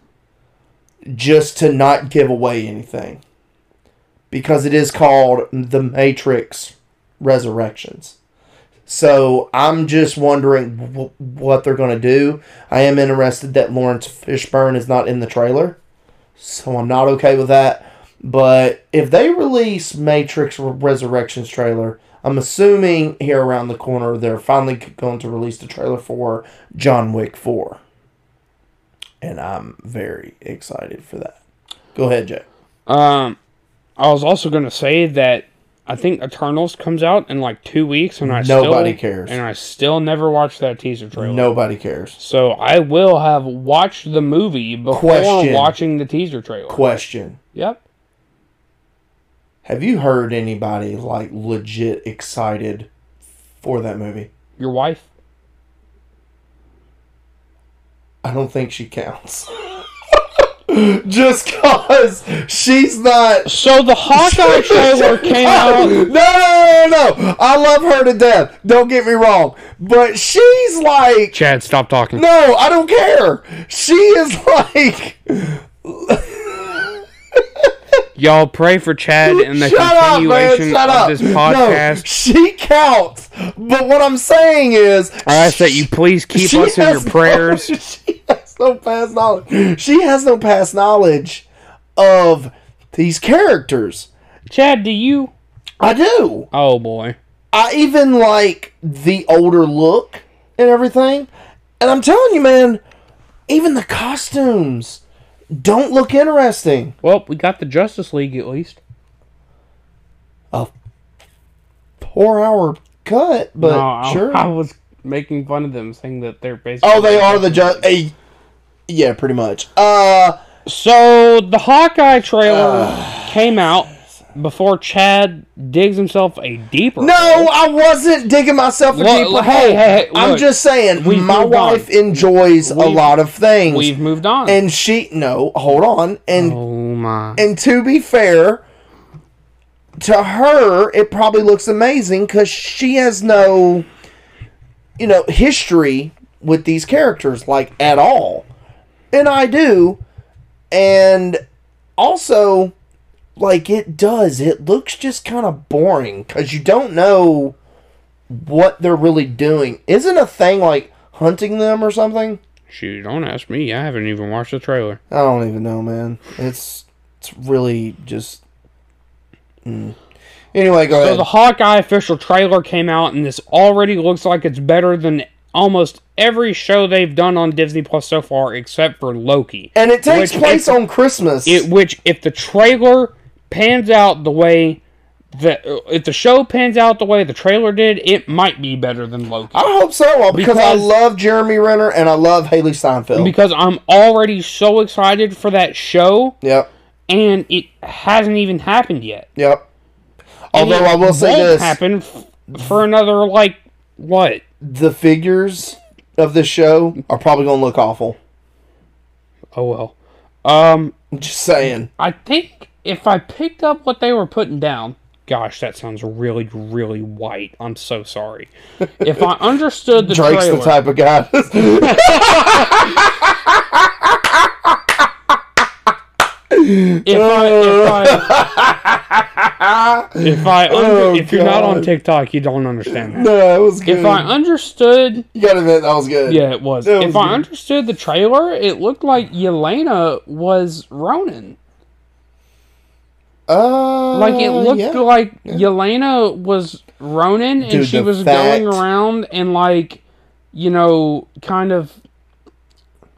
Speaker 2: just to not give away anything. Because it is called The Matrix Resurrections. So I'm just wondering w- what they're going to do. I am interested that Lawrence Fishburne is not in the trailer. So I'm not okay with that. But if they release Matrix Resurrections trailer, I'm assuming here around the corner they're finally going to release the trailer for John Wick 4. And I'm very excited for that. Go ahead, Jay.
Speaker 3: Um, I was also going to say that I think Eternals comes out in like two weeks, and I
Speaker 2: Nobody
Speaker 3: still,
Speaker 2: cares.
Speaker 3: and I still never watched that teaser trailer.
Speaker 2: Nobody cares.
Speaker 3: So I will have watched the movie before
Speaker 2: Question.
Speaker 3: watching the teaser trailer.
Speaker 2: Question.
Speaker 3: yep.
Speaker 2: Have you heard anybody like legit excited for that movie?
Speaker 3: Your wife.
Speaker 2: I don't think she counts. Just cause she's not
Speaker 3: So the Hawkeye trailer came
Speaker 2: No, no,
Speaker 3: out.
Speaker 2: no, no, no. I love her to death. Don't get me wrong. But she's like,
Speaker 3: Chad, stop talking.
Speaker 2: no, I don't care. She is like,
Speaker 3: Y'all pray for Chad in the
Speaker 2: shut up, man.
Speaker 3: continuation
Speaker 2: Shut up.
Speaker 3: of this
Speaker 2: No,
Speaker 3: podcast.
Speaker 2: she counts. But what I'm saying is,
Speaker 3: I ask that you please keep
Speaker 2: She
Speaker 3: us in your
Speaker 2: has no-
Speaker 3: prayers.
Speaker 2: she has no past knowledge. She has no past knowledge of these characters.
Speaker 3: Chad, do you?
Speaker 2: I do.
Speaker 3: Oh boy.
Speaker 2: I even like the older look and everything. And I'm telling you, man, even the costumes don't look interesting.
Speaker 3: Well, we got the Justice League at least.
Speaker 2: A four hour cut, but
Speaker 3: no, Oh, I,
Speaker 2: Uh, sure.
Speaker 3: I was making fun of them, saying that they're basically.
Speaker 2: oh, they are the ju- eh, Yeah, pretty much. Uh,
Speaker 3: So the Hawkeye trailer came out before Chad digs himself a deeper.
Speaker 2: no, I wasn't digging myself a
Speaker 3: Look,
Speaker 2: deeper
Speaker 3: look,
Speaker 2: hole.
Speaker 3: hey, hey, hey,
Speaker 2: I'm
Speaker 3: look.
Speaker 2: just saying,
Speaker 3: We've
Speaker 2: my
Speaker 3: moved on.
Speaker 2: wife enjoys a
Speaker 3: We've-
Speaker 2: lot of things,
Speaker 3: We've moved on.
Speaker 2: and she no, hold on, and
Speaker 3: oh my.
Speaker 2: And to be fair, to her, it probably looks amazing because she has no, you know, history with these characters, like at all. And I do. And also, like it does. It looks just kind of boring because you don't know what they're really doing. Isn't a thing like hunting them or something?
Speaker 3: Shoot, don't ask me. I haven't even watched the trailer.
Speaker 2: I don't even know, man. It's it's really just. mm. Anyway, go
Speaker 3: So
Speaker 2: ahead.
Speaker 3: the Hawkeye official trailer came out, and this already looks like it's better than almost every show they've done on Disney Plus so far, except for Loki.
Speaker 2: and it takes
Speaker 3: which-
Speaker 2: place on Christmas.
Speaker 3: It, which, if the trailer pans out the way that if the show pans out the way the trailer did, it might be better than Loki.
Speaker 2: I hope so because, I
Speaker 3: Because-
Speaker 2: love Jeremy Renner and I love Haley Steinfeld.
Speaker 3: Because I'm already so excited for that show,
Speaker 2: yep,
Speaker 3: and it hasn't even happened yet.
Speaker 2: yep.
Speaker 3: And
Speaker 2: Although
Speaker 3: it
Speaker 2: I will say
Speaker 3: won't
Speaker 2: this,
Speaker 3: happen f- for another like what?
Speaker 2: the figures of this show are probably going to look awful.
Speaker 3: Oh well. Um,
Speaker 2: I'm just saying.
Speaker 3: I think if I picked up what they were putting down, gosh, that sounds really, really white. I'm so sorry. If I understood the
Speaker 2: Drake's
Speaker 3: trailer,
Speaker 2: the type of guy.
Speaker 3: if I, if I, if I, under,
Speaker 2: Oh,
Speaker 3: if you're not on
Speaker 2: God.
Speaker 3: TikTok, you don't understand that.
Speaker 2: no, that was good.
Speaker 3: If I understood,
Speaker 2: you gotta admit, that was good.
Speaker 3: yeah, it was.
Speaker 2: That
Speaker 3: If
Speaker 2: was
Speaker 3: I
Speaker 2: good.
Speaker 3: understood the trailer, it looked like Yelena was Ronan.
Speaker 2: Uh,
Speaker 3: Like it looked
Speaker 2: yeah.
Speaker 3: like Yelena was Ronin and
Speaker 2: Dude,
Speaker 3: she
Speaker 2: the
Speaker 3: was
Speaker 2: fact-
Speaker 3: going around and like, you know, kind of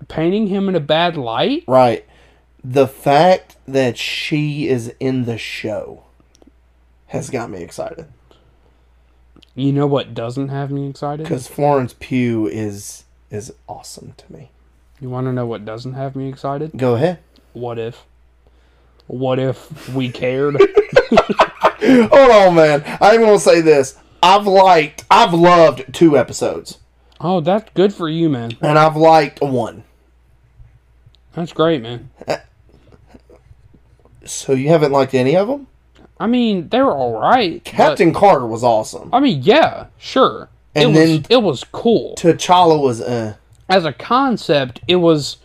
Speaker 3: painting him in a bad light.
Speaker 2: Right. The fact that she is in the show has got me excited.
Speaker 3: You know what doesn't have me excited?
Speaker 2: Because Florence Pugh is is awesome to me.
Speaker 3: You want to know what doesn't have me excited?
Speaker 2: Go ahead.
Speaker 3: What if? What if we cared?
Speaker 2: Hold on, man. I'm gonna say this. I've liked, I've loved two episodes,
Speaker 3: oh, that's good for you, man.
Speaker 2: and I've liked one.
Speaker 3: That's great, man.
Speaker 2: So you haven't liked any of them?
Speaker 3: I mean, they were all right. but-
Speaker 2: Captain Carter was awesome.
Speaker 3: I mean, yeah, sure.
Speaker 2: And
Speaker 3: it was
Speaker 2: then-
Speaker 3: it was cool.
Speaker 2: T'Challa was uh.
Speaker 3: As a concept, it was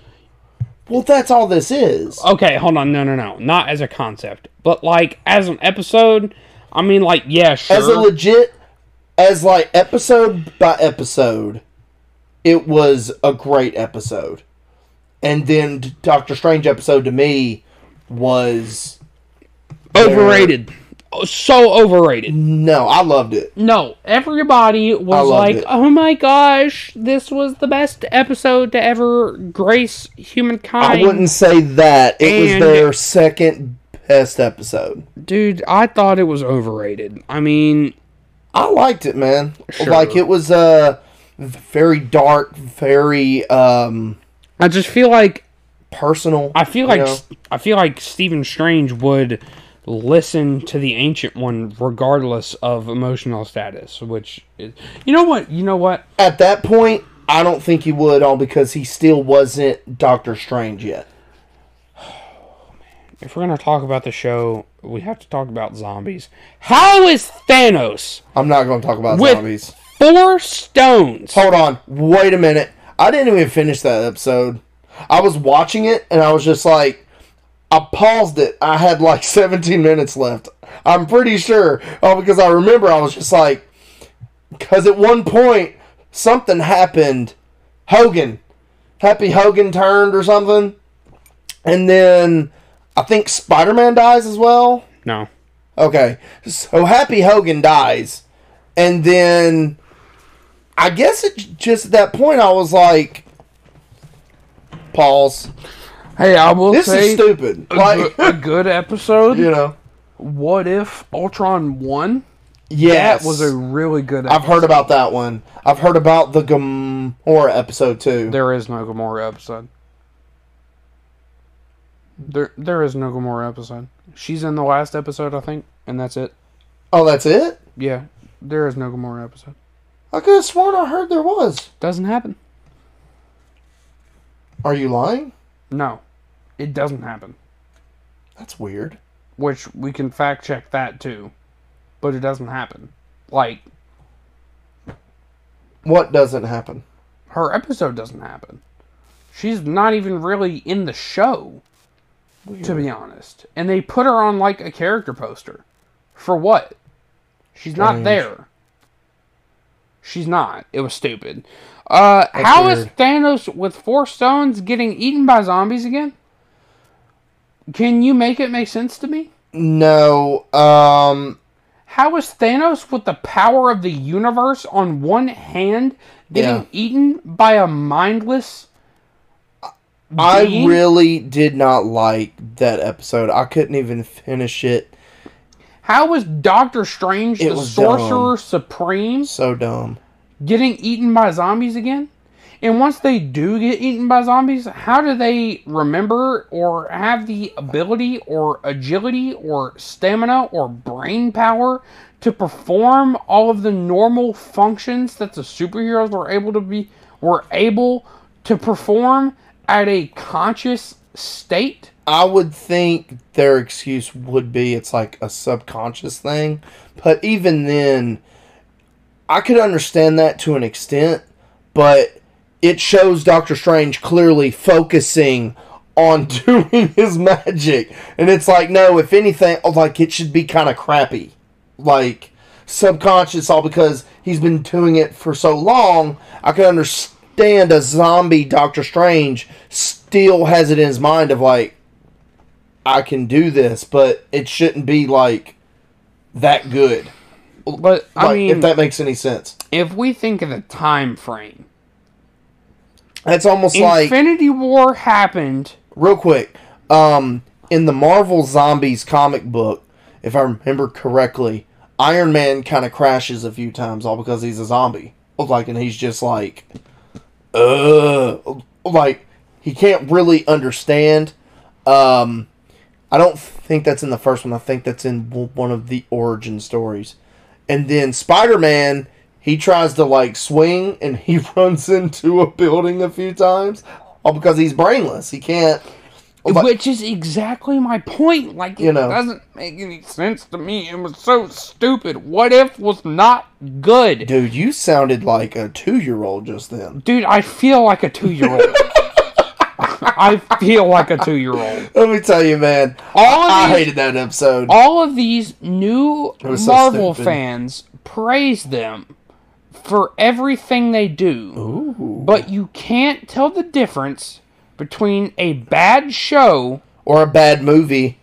Speaker 2: Well, that's all this is.
Speaker 3: okay, hold on, no, no, no, not as a concept, but like as an episode. I mean, like, yeah, sure.
Speaker 2: As a legit, as like episode by episode, it was a great episode. And then Doctor Strange episode to me was
Speaker 3: overrated, Oh, so overrated.
Speaker 2: no, I loved it.
Speaker 3: No, everybody
Speaker 2: I
Speaker 3: was
Speaker 2: loved
Speaker 3: like,
Speaker 2: it.
Speaker 3: "Oh my gosh, this was the best episode to ever grace humankind."
Speaker 2: I wouldn't say that. It was
Speaker 3: And-
Speaker 2: their second best episode.
Speaker 3: dude. I thought it was overrated. I mean,
Speaker 2: I liked it, man.
Speaker 3: Sure.
Speaker 2: Like it was uh very dark, very um
Speaker 3: I just feel like
Speaker 2: personal.
Speaker 3: I feel like
Speaker 2: you know?
Speaker 3: I feel like Stephen Strange would listen to the ancient one regardless of emotional status, which is, you know what you know what
Speaker 2: at that point, I don't think he would all because he still wasn't Doctor Strange yet.
Speaker 3: if we're gonna talk about the show, we have to talk about zombies. How is Thanos
Speaker 2: I'm not going to talk about
Speaker 3: with
Speaker 2: zombies.
Speaker 3: four stones?
Speaker 2: Hold on, wait a minute. I didn't even finish that episode. I was watching it and I was just like, I paused it. I had like 17 minutes left. I'm pretty sure. Oh, because I remember I was just like, because at one point something happened. Hogan, Happy Hogan turned or something, and then I think Spider Man dies as well.
Speaker 3: No,
Speaker 2: Okay. So Happy Hogan dies. And then I guess it j- just at that point I was like pause.
Speaker 3: hey, I will
Speaker 2: This is stupid. Like
Speaker 3: a good episode.
Speaker 2: you know.
Speaker 3: What if Ultron won?
Speaker 2: Yes.
Speaker 3: really good.
Speaker 2: I've heard about that one. I've heard about the Gamora episode too.
Speaker 3: There is no Gamora episode. There, there is no Gamora episode. She's in the last episode, I think, and that's it.
Speaker 2: Oh, that's it?
Speaker 3: Yeah, there is no Gamora episode.
Speaker 2: I could have sworn I heard there was.
Speaker 3: Doesn't happen.
Speaker 2: Are you lying?
Speaker 3: No, it doesn't happen.
Speaker 2: That's weird.
Speaker 3: Which we can fact check that too, but it doesn't happen. Like
Speaker 2: What doesn't happen?
Speaker 3: her episode doesn't happen. She's not even really in the show. to be honest. And they put her on like a character poster. For what? She's not
Speaker 2: Strange.
Speaker 3: there. She's not. It was stupid. Uh, how is
Speaker 2: weird.
Speaker 3: Thanos with four stones getting eaten by zombies again? Can you make it make sense to me?
Speaker 2: No, um,
Speaker 3: How is Thanos with the power of the universe on one hand getting
Speaker 2: Yeah.
Speaker 3: eaten by a mindless uh,
Speaker 2: I
Speaker 3: Being?
Speaker 2: really did not like that episode. I couldn't even finish it.
Speaker 3: How is Doctor Strange,
Speaker 2: It
Speaker 3: the
Speaker 2: was
Speaker 3: Sorcerer
Speaker 2: dumb.
Speaker 3: Supreme,
Speaker 2: So dumb.
Speaker 3: getting eaten by zombies again? And once they do get eaten by zombies, how do they remember or have the ability or agility or stamina or brain power to perform all of the normal functions that the superheroes were able to be were able to perform at a conscious state?
Speaker 2: I would think their excuse would be it's like a subconscious thing, but even then, I could understand that to an extent, but it shows Doctor Strange clearly focusing on doing his magic. And it's like, no, if anything, oh, like it should be kind of crappy. Like subconscious, all because he's been doing it for so long. I could understand a zombie Doctor Strange still has it in his mind of like, I can do this, but it shouldn't be like that good.
Speaker 3: But I
Speaker 2: Like,
Speaker 3: mean,
Speaker 2: if that makes any sense.
Speaker 3: if we think of the time frame,
Speaker 2: That's almost like
Speaker 3: Infinity War happened
Speaker 2: real quick. Um, in the Marvel Zombies comic book, if I remember correctly, Iron Man kind of crashes a few times, all because he's a zombie. Like, and he's just like, ugh, like he can't really understand. Um, I don't think that's in the first one. I think that's in w- one of the origin stories. And then Spider Man, he tries to like swing and he runs into a building a few times, all because he's brainless. He can't. But-
Speaker 3: Which is exactly my point. Like,
Speaker 2: You
Speaker 3: it
Speaker 2: know.
Speaker 3: doesn't make any sense to me. It was so stupid. What if was not good? Dude,
Speaker 2: Dude, you sounded like a two year old just then.
Speaker 3: I feel like a two year old. I feel like a two year old.
Speaker 2: Let me tell you, man.
Speaker 3: All
Speaker 2: I
Speaker 3: of, these,
Speaker 2: hated that episode.
Speaker 3: all of these new
Speaker 2: was so
Speaker 3: Marvel
Speaker 2: stupid.
Speaker 3: fans praise them for everything they do. But you can't tell the difference between a bad show
Speaker 2: Or a bad movie.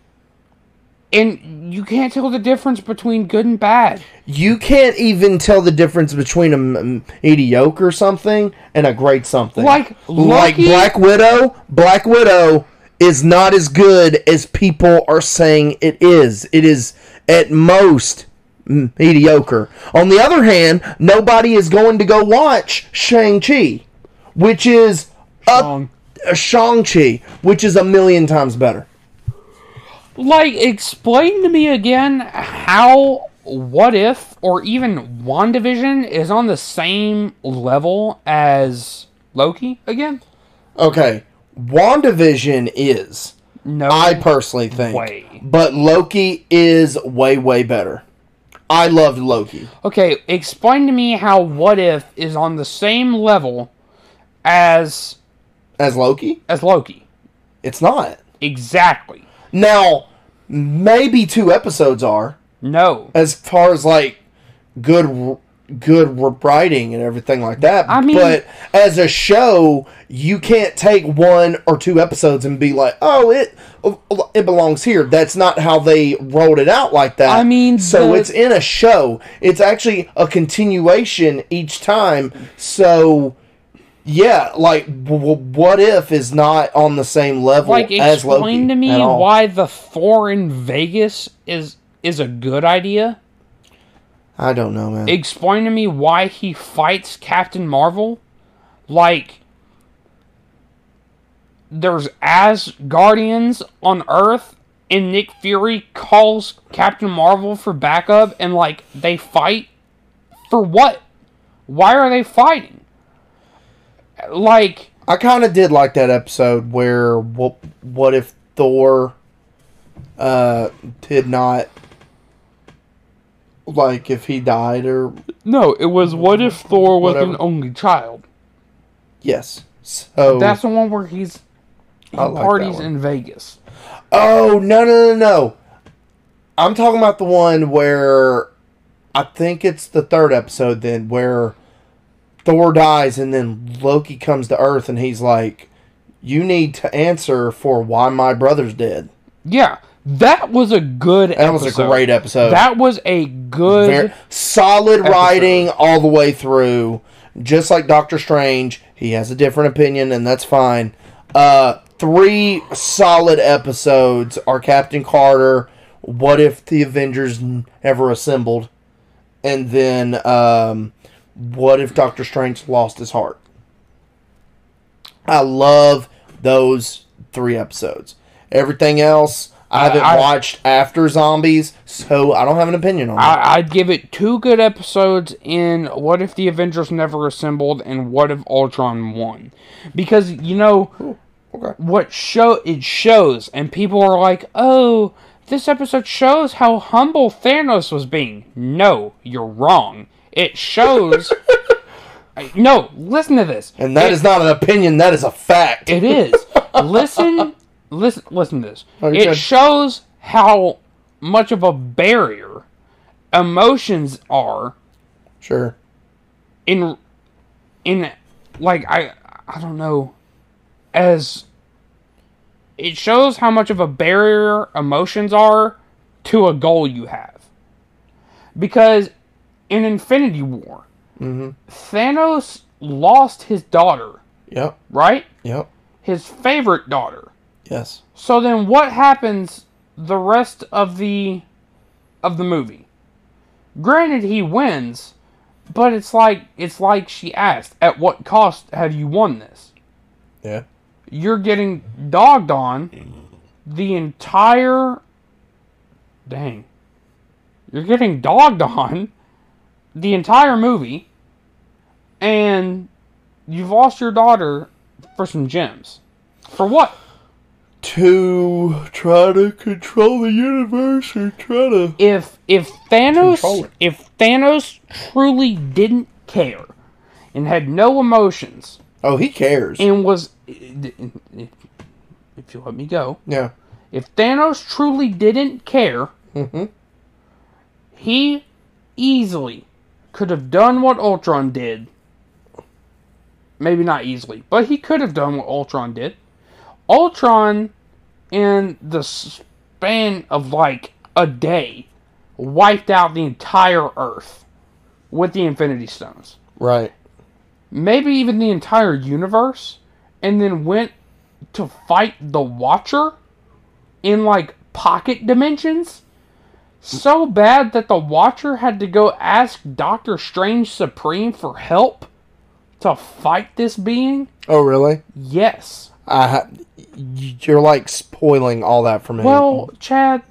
Speaker 3: and you can't tell the difference between good and bad.
Speaker 2: You can't even tell the difference between a m- m- mediocre something and a great something.
Speaker 3: Like
Speaker 2: like
Speaker 3: Loki-
Speaker 2: Black Widow. Black Widow is not as good as people are saying it is. It is at most m- mediocre. On the other hand, nobody is going to go watch Shang Chi, which is a,
Speaker 3: Um,
Speaker 2: a Shang Chi, which is a million times better.
Speaker 3: Like, explain to me again how What If or even WandaVision is on the same level as Loki again?
Speaker 2: Okay, WandaVision is.
Speaker 3: No.
Speaker 2: I personally think.
Speaker 3: Way.
Speaker 2: But Loki is way, way better. I loved Loki.
Speaker 3: okay, explain to me how What If is on the same level as
Speaker 2: As Loki,
Speaker 3: as Loki.
Speaker 2: it's not.
Speaker 3: Exactly.
Speaker 2: Now, maybe two episodes are,
Speaker 3: No.
Speaker 2: as far as like good good writing and everything like that.
Speaker 3: I mean-
Speaker 2: but as a show, you can't take one or two episodes and be like, "Oh, it it belongs here." That's not how they rolled it out like that.
Speaker 3: I mean,
Speaker 2: so
Speaker 3: the-
Speaker 2: it's in a show. It's actually a continuation each time. So yeah, like w- w- what if is not on the same level
Speaker 3: Like,
Speaker 2: as Loki?
Speaker 3: explain to me
Speaker 2: at all.
Speaker 3: why the Thor in Vegas is is a good idea.
Speaker 2: I don't know, man.
Speaker 3: explain to me why he fights Captain Marvel? Like, there's Asgardians on Earth, and Nick Fury calls Captain Marvel for backup, and like they fight for what? Why are they fighting? Like,
Speaker 2: I kind of did like that episode where what what if Thor uh did not like if he died or
Speaker 3: no, it was what if Thor was an
Speaker 2: Whatever.
Speaker 3: only child?
Speaker 2: yes so
Speaker 3: That's the one where he's he
Speaker 2: I like that
Speaker 3: parties
Speaker 2: one.
Speaker 3: in Vegas.
Speaker 2: Oh no no no no! I'm talking about the one where I think it's the third episode then where Thor dies and then Loki comes to Earth and he's like, "You need to answer for why my brother's dead."
Speaker 3: Yeah, that was a good.
Speaker 2: That was a great episode.
Speaker 3: That was a good.
Speaker 2: Very- solid
Speaker 3: episode.
Speaker 2: writing all the way through. Just like Doctor Strange, he has a different opinion, and that's fine. Uh, three solid episodes are Captain Carter, What If the Avengers N- Ever Assembled, and then um, What If Doctor Strange Lost His Heart. I love those three episodes. Everything else, I haven't
Speaker 3: Uh, I-
Speaker 2: watched after Zombies, so I don't have an opinion on that.
Speaker 3: I, I'd give it two good episodes in What If the Avengers Never Assembled and What If Ultron Won. Because, you know,
Speaker 2: okay.
Speaker 3: what show it shows, and people are like, oh, this episode shows how humble Thanos was being. No, you're wrong. It shows. I- no, listen to this.
Speaker 2: And that is not an opinion, that is a fact.
Speaker 3: It is. listen, listen, listen to this.
Speaker 2: Oh, you're
Speaker 3: it
Speaker 2: good.
Speaker 3: shows how much of a barrier emotions are
Speaker 2: sure.
Speaker 3: in in like I I don't know as it shows how much of a barrier emotions are to a goal you have because in Infinity War Thanos lost his daughter
Speaker 2: Yep.
Speaker 3: right
Speaker 2: Yep.
Speaker 3: his favorite daughter
Speaker 2: Yes.
Speaker 3: so then what happens the rest of the of the movie? Granted he wins, but it's like it's like she asked, at what cost have you won this?
Speaker 2: Yeah.
Speaker 3: You're getting dogged on the entire dang. You're getting dogged on the entire movie and you've lost your daughter for some gems. For what?
Speaker 2: To try to control the universe or try to.
Speaker 3: if if
Speaker 2: Control
Speaker 3: Thanos
Speaker 2: it.
Speaker 3: if Thanos truly didn't care and had no emotions
Speaker 2: Oh, he cares.
Speaker 3: and was if you let me go
Speaker 2: yeah.
Speaker 3: if Thanos truly didn't care
Speaker 2: Mhm.
Speaker 3: he easily could have done what Ultron did maybe not easily but he could have done what Ultron did Ultron in the span of like a day wiped out the entire earth with the infinity stones
Speaker 2: Right.
Speaker 3: maybe even the entire universe, and then went to fight the Watcher in like pocket dimensions. So bad that the Watcher had to go ask Doctor Strange Supreme for help to fight this being?
Speaker 2: Oh, really?
Speaker 3: Yes.
Speaker 2: I ha- y- you're like spoiling all that for me.
Speaker 3: Well, Chad,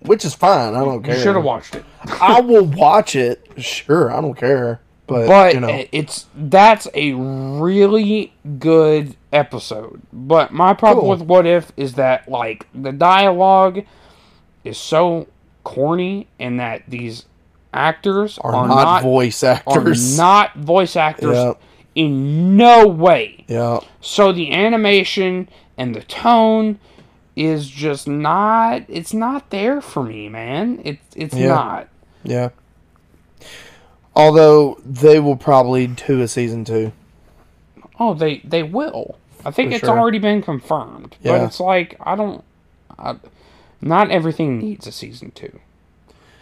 Speaker 2: which is fine. I don't
Speaker 3: you
Speaker 2: care.
Speaker 3: should have watched it.
Speaker 2: I will watch it. Sure, I don't care. But,
Speaker 3: But
Speaker 2: you know,
Speaker 3: i- it's that's a really good episode. But my problem
Speaker 2: Cool.
Speaker 3: with What If is that like the dialogue is so corny, and that these actors
Speaker 2: are,
Speaker 3: are,
Speaker 2: not,
Speaker 3: not,
Speaker 2: voice
Speaker 3: are
Speaker 2: actors.
Speaker 3: not voice actors
Speaker 2: Yeah.
Speaker 3: in no way.
Speaker 2: yeah.
Speaker 3: So the animation and the tone is just not. It's not there for me, man. It's it's
Speaker 2: Yeah.
Speaker 3: not.
Speaker 2: Yeah. Although they will probably do a season two.
Speaker 3: Oh, they they will. I think
Speaker 2: For
Speaker 3: it's
Speaker 2: sure.
Speaker 3: already been confirmed.
Speaker 2: Yeah.
Speaker 3: But it's like I don't. I, not everything needs a season two.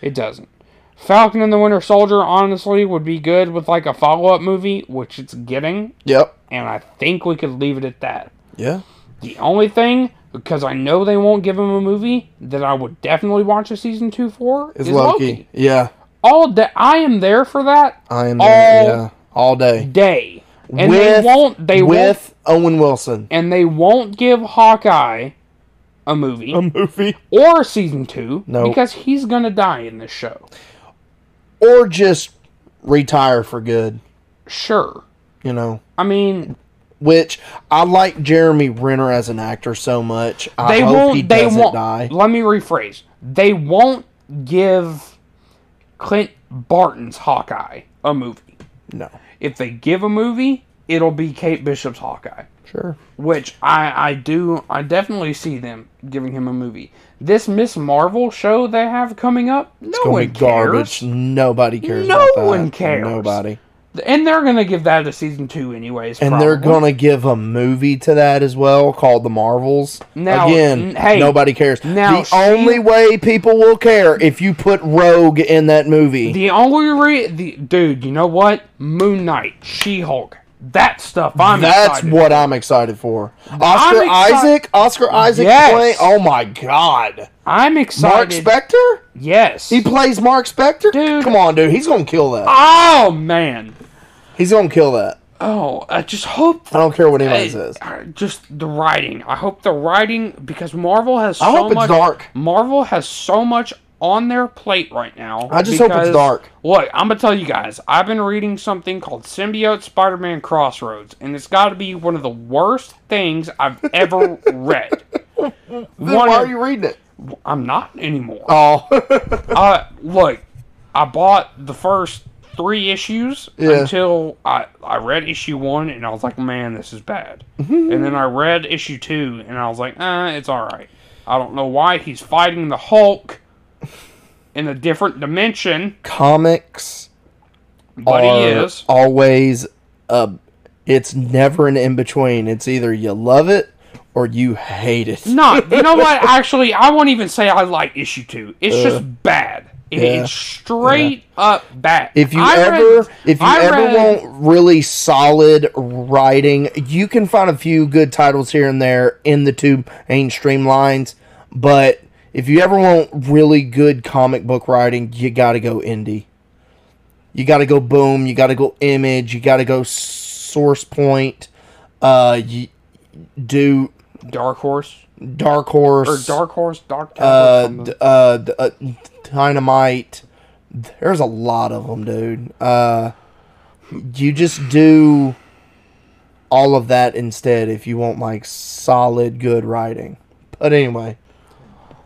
Speaker 3: It doesn't. Falcon and the Winter Soldier honestly would be good with like a follow up movie, which it's getting,
Speaker 2: Yep.
Speaker 3: and I think we could leave it at that.
Speaker 2: Yeah.
Speaker 3: The only thing, because I know they won't give him a movie that I would definitely watch a season two for,
Speaker 2: It's
Speaker 3: is
Speaker 2: Loki.
Speaker 3: Loki.
Speaker 2: Yeah.
Speaker 3: All day, I am there for that
Speaker 2: I am
Speaker 3: All
Speaker 2: there. Yeah. All day.
Speaker 3: day, and they won't. They won't
Speaker 2: with Owen Wilson.
Speaker 3: and they won't give Hawkeye a movie
Speaker 2: Um, movie.
Speaker 3: or a season two
Speaker 2: No.
Speaker 3: because he's gonna die in this show.
Speaker 2: Or just retire for good,
Speaker 3: Sure,
Speaker 2: you know.
Speaker 3: I mean
Speaker 2: Which I like Jeremy Renner as an actor so much. I
Speaker 3: they
Speaker 2: hope
Speaker 3: won't.
Speaker 2: he
Speaker 3: they
Speaker 2: doesn't
Speaker 3: won't.
Speaker 2: die.
Speaker 3: Let me rephrase. They won't give Clint Barton's Hawkeye a movie.
Speaker 2: No.
Speaker 3: If they give a movie, it'll be Kate Bishop's Hawkeye,
Speaker 2: Sure.
Speaker 3: which I I do I definitely see them giving him a movie. This Miss Marvel show they have coming up, no
Speaker 2: Gonna be
Speaker 3: one cares,
Speaker 2: garbage. Nobody cares.
Speaker 3: No
Speaker 2: about that.
Speaker 3: one cares.
Speaker 2: Nobody.
Speaker 3: and they're gonna give that a season two anyways.
Speaker 2: And they're
Speaker 3: probably.
Speaker 2: gonna give a movie to that as well called The Marvels.
Speaker 3: Now,
Speaker 2: Again,
Speaker 3: n- hey,
Speaker 2: nobody cares.
Speaker 3: now
Speaker 2: the
Speaker 3: she-
Speaker 2: only way people will care if you put Rogue in that movie.
Speaker 3: The only re- the dude, you know what? Moon Knight, She Hulk, that stuff. I'm
Speaker 2: That's
Speaker 3: excited.
Speaker 2: what I'm excited for. Oscar
Speaker 3: exci-
Speaker 2: Isaac, Oscar Isaac
Speaker 3: Yes.
Speaker 2: playing. Oh my God,
Speaker 3: I'm
Speaker 2: Mark
Speaker 3: excited.
Speaker 2: Spector.
Speaker 3: yes.
Speaker 2: He plays Mark Spector.
Speaker 3: Dude.
Speaker 2: Come on, dude. He's gonna kill that.
Speaker 3: oh man.
Speaker 2: He's gonna kill that.
Speaker 3: Oh, I just hope.
Speaker 2: I don't care what anybody
Speaker 3: I-
Speaker 2: says.
Speaker 3: I- just the writing. I hope the writing because Marvel has so
Speaker 2: I hope it's
Speaker 3: much.
Speaker 2: dark.
Speaker 3: Marvel has so much on their plate right now.
Speaker 2: I just hope it's
Speaker 3: because-
Speaker 2: dark.
Speaker 3: Look, I'm gonna tell you guys. I've been reading something called Symbiote Spider-Man Crossroads, and it's got to be one of the worst things I've ever read.
Speaker 2: Then
Speaker 3: One
Speaker 2: why
Speaker 3: of-
Speaker 2: are you reading it?
Speaker 3: I'm not anymore.
Speaker 2: Oh,
Speaker 3: Uh, look, I bought the first three issues
Speaker 2: Yeah.
Speaker 3: until I, I read issue one and I was like, man, this is bad.
Speaker 2: Mm-hmm.
Speaker 3: and then I read issue two and I was like, uh, it's all right. I don't know why he's fighting the Hulk in a different dimension,
Speaker 2: comics
Speaker 3: but he
Speaker 2: are
Speaker 3: is.
Speaker 2: always uh It's never an in between. It's either you love it or you hate it.
Speaker 3: No, you know what? Actually, I won't even say I like issue two. It's just bad. It-
Speaker 2: Uh, yeah.
Speaker 3: It's straight up bad.
Speaker 2: If you
Speaker 3: I read-
Speaker 2: ever, if you
Speaker 3: I
Speaker 2: ever
Speaker 3: read-
Speaker 2: want really solid writing, you can find a few good titles here and there in the two mainstream lines. But if you ever want really good comic book writing, you got to go indie. You got to go Boom. You got to go Image. You got to go Source Point. Uh, you do
Speaker 3: Dark Horse
Speaker 2: Dark Horse
Speaker 3: or Dark Horse, Dark Tower,
Speaker 2: uh,
Speaker 3: something.
Speaker 2: d- uh, d- uh, dynamite. There's a lot of them, dude. Uh, you just do all of that instead if you want like solid, good writing. But anyway,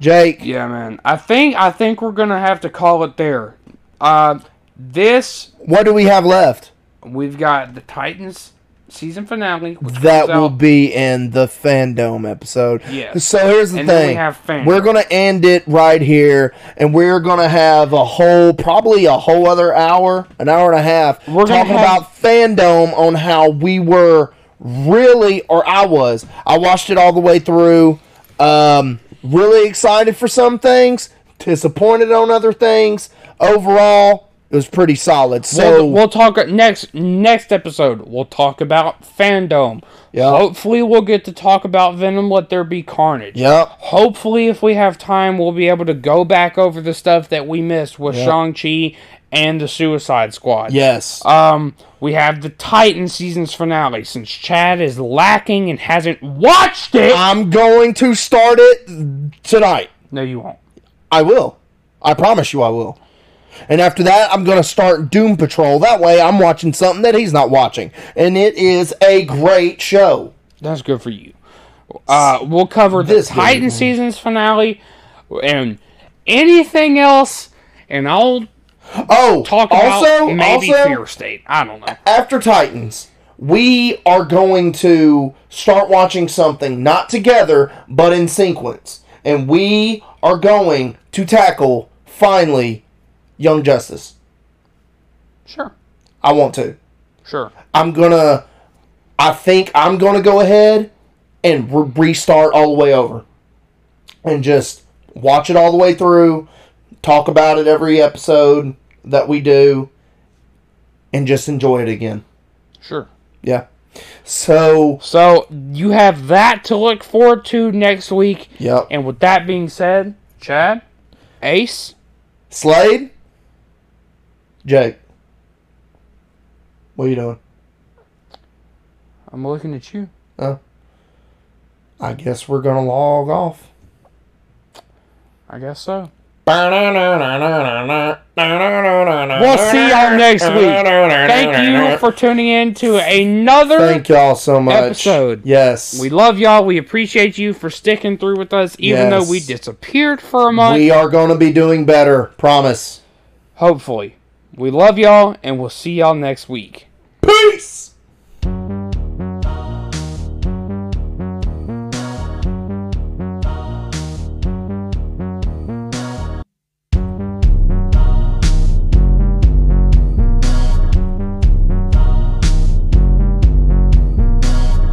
Speaker 2: Jake,
Speaker 3: Yeah, man. I think I think we're gonna have to call it there. Uh, this
Speaker 2: what do we have left?
Speaker 3: we've got the Titans season finale. Which
Speaker 2: That
Speaker 3: comes out-
Speaker 2: will be in the fandom episode.
Speaker 3: Yes.
Speaker 2: So here's the
Speaker 3: And then we
Speaker 2: thing.
Speaker 3: have fandom.
Speaker 2: we're gonna end it right here, and we're gonna have a whole, probably a whole other hour, an hour and a half,
Speaker 3: We're gonna
Speaker 2: talking
Speaker 3: have-
Speaker 2: about fandom on how we were really, or I was. I watched it all the way through. Um, really excited for some things, disappointed on other things. Overall, it was pretty solid. So
Speaker 3: we'll, we'll talk next next episode. We'll talk about fandom.
Speaker 2: Yeah.
Speaker 3: Hopefully, we'll get to talk about Venom. Let there be carnage.
Speaker 2: Yep.
Speaker 3: Hopefully, if we have time, we'll be able to go back over the stuff that we missed with Shang Chi and the Suicide Squad.
Speaker 2: Yes.
Speaker 3: Um, we have the Titan season's finale. Since Chad is lacking and hasn't watched it,
Speaker 2: I'm going to start it tonight.
Speaker 3: no, you won't.
Speaker 2: I will. I promise you I will. And after that, I'm going to start Doom Patrol. That way, I'm watching something that he's not watching. And it is a great show.
Speaker 3: That's good for you. Uh, we'll cover the
Speaker 2: This
Speaker 3: Titan
Speaker 2: dude.
Speaker 3: season's finale and anything else, and I'll
Speaker 2: Oh,
Speaker 3: talk about
Speaker 2: also,
Speaker 3: maybe
Speaker 2: also
Speaker 3: Fear State. I don't know.
Speaker 2: after Titans, we are going to start watching something not together, but in sequence. And we are going to tackle, finally, Young Justice.
Speaker 3: Sure,
Speaker 2: I want to.
Speaker 3: sure.
Speaker 2: I'm gonna. I think I'm gonna go ahead and re- restart all the way over, and just watch it all the way through. Talk about it every episode that we do, and just enjoy it again.
Speaker 3: Sure.
Speaker 2: Yeah. So
Speaker 3: So you have that to look forward to next week.
Speaker 2: Yep.
Speaker 3: And with that being said, Chad, Ace,
Speaker 2: Slade, Jake, what are you doing?
Speaker 3: I'm looking at you.
Speaker 2: Huh? I guess we're gonna log off.
Speaker 3: I guess so.
Speaker 4: We'll
Speaker 3: We'll see y'all next week. Thank you for tuning in to another.
Speaker 2: Thank y'all so much.
Speaker 3: Episode.
Speaker 2: Yes.
Speaker 3: We love y'all. We appreciate you for sticking through with us,
Speaker 2: Yes.
Speaker 3: even though we disappeared for a month.
Speaker 2: We are going to be doing better, promise.
Speaker 3: Hopefully. We love y'all, and we'll see y'all next week.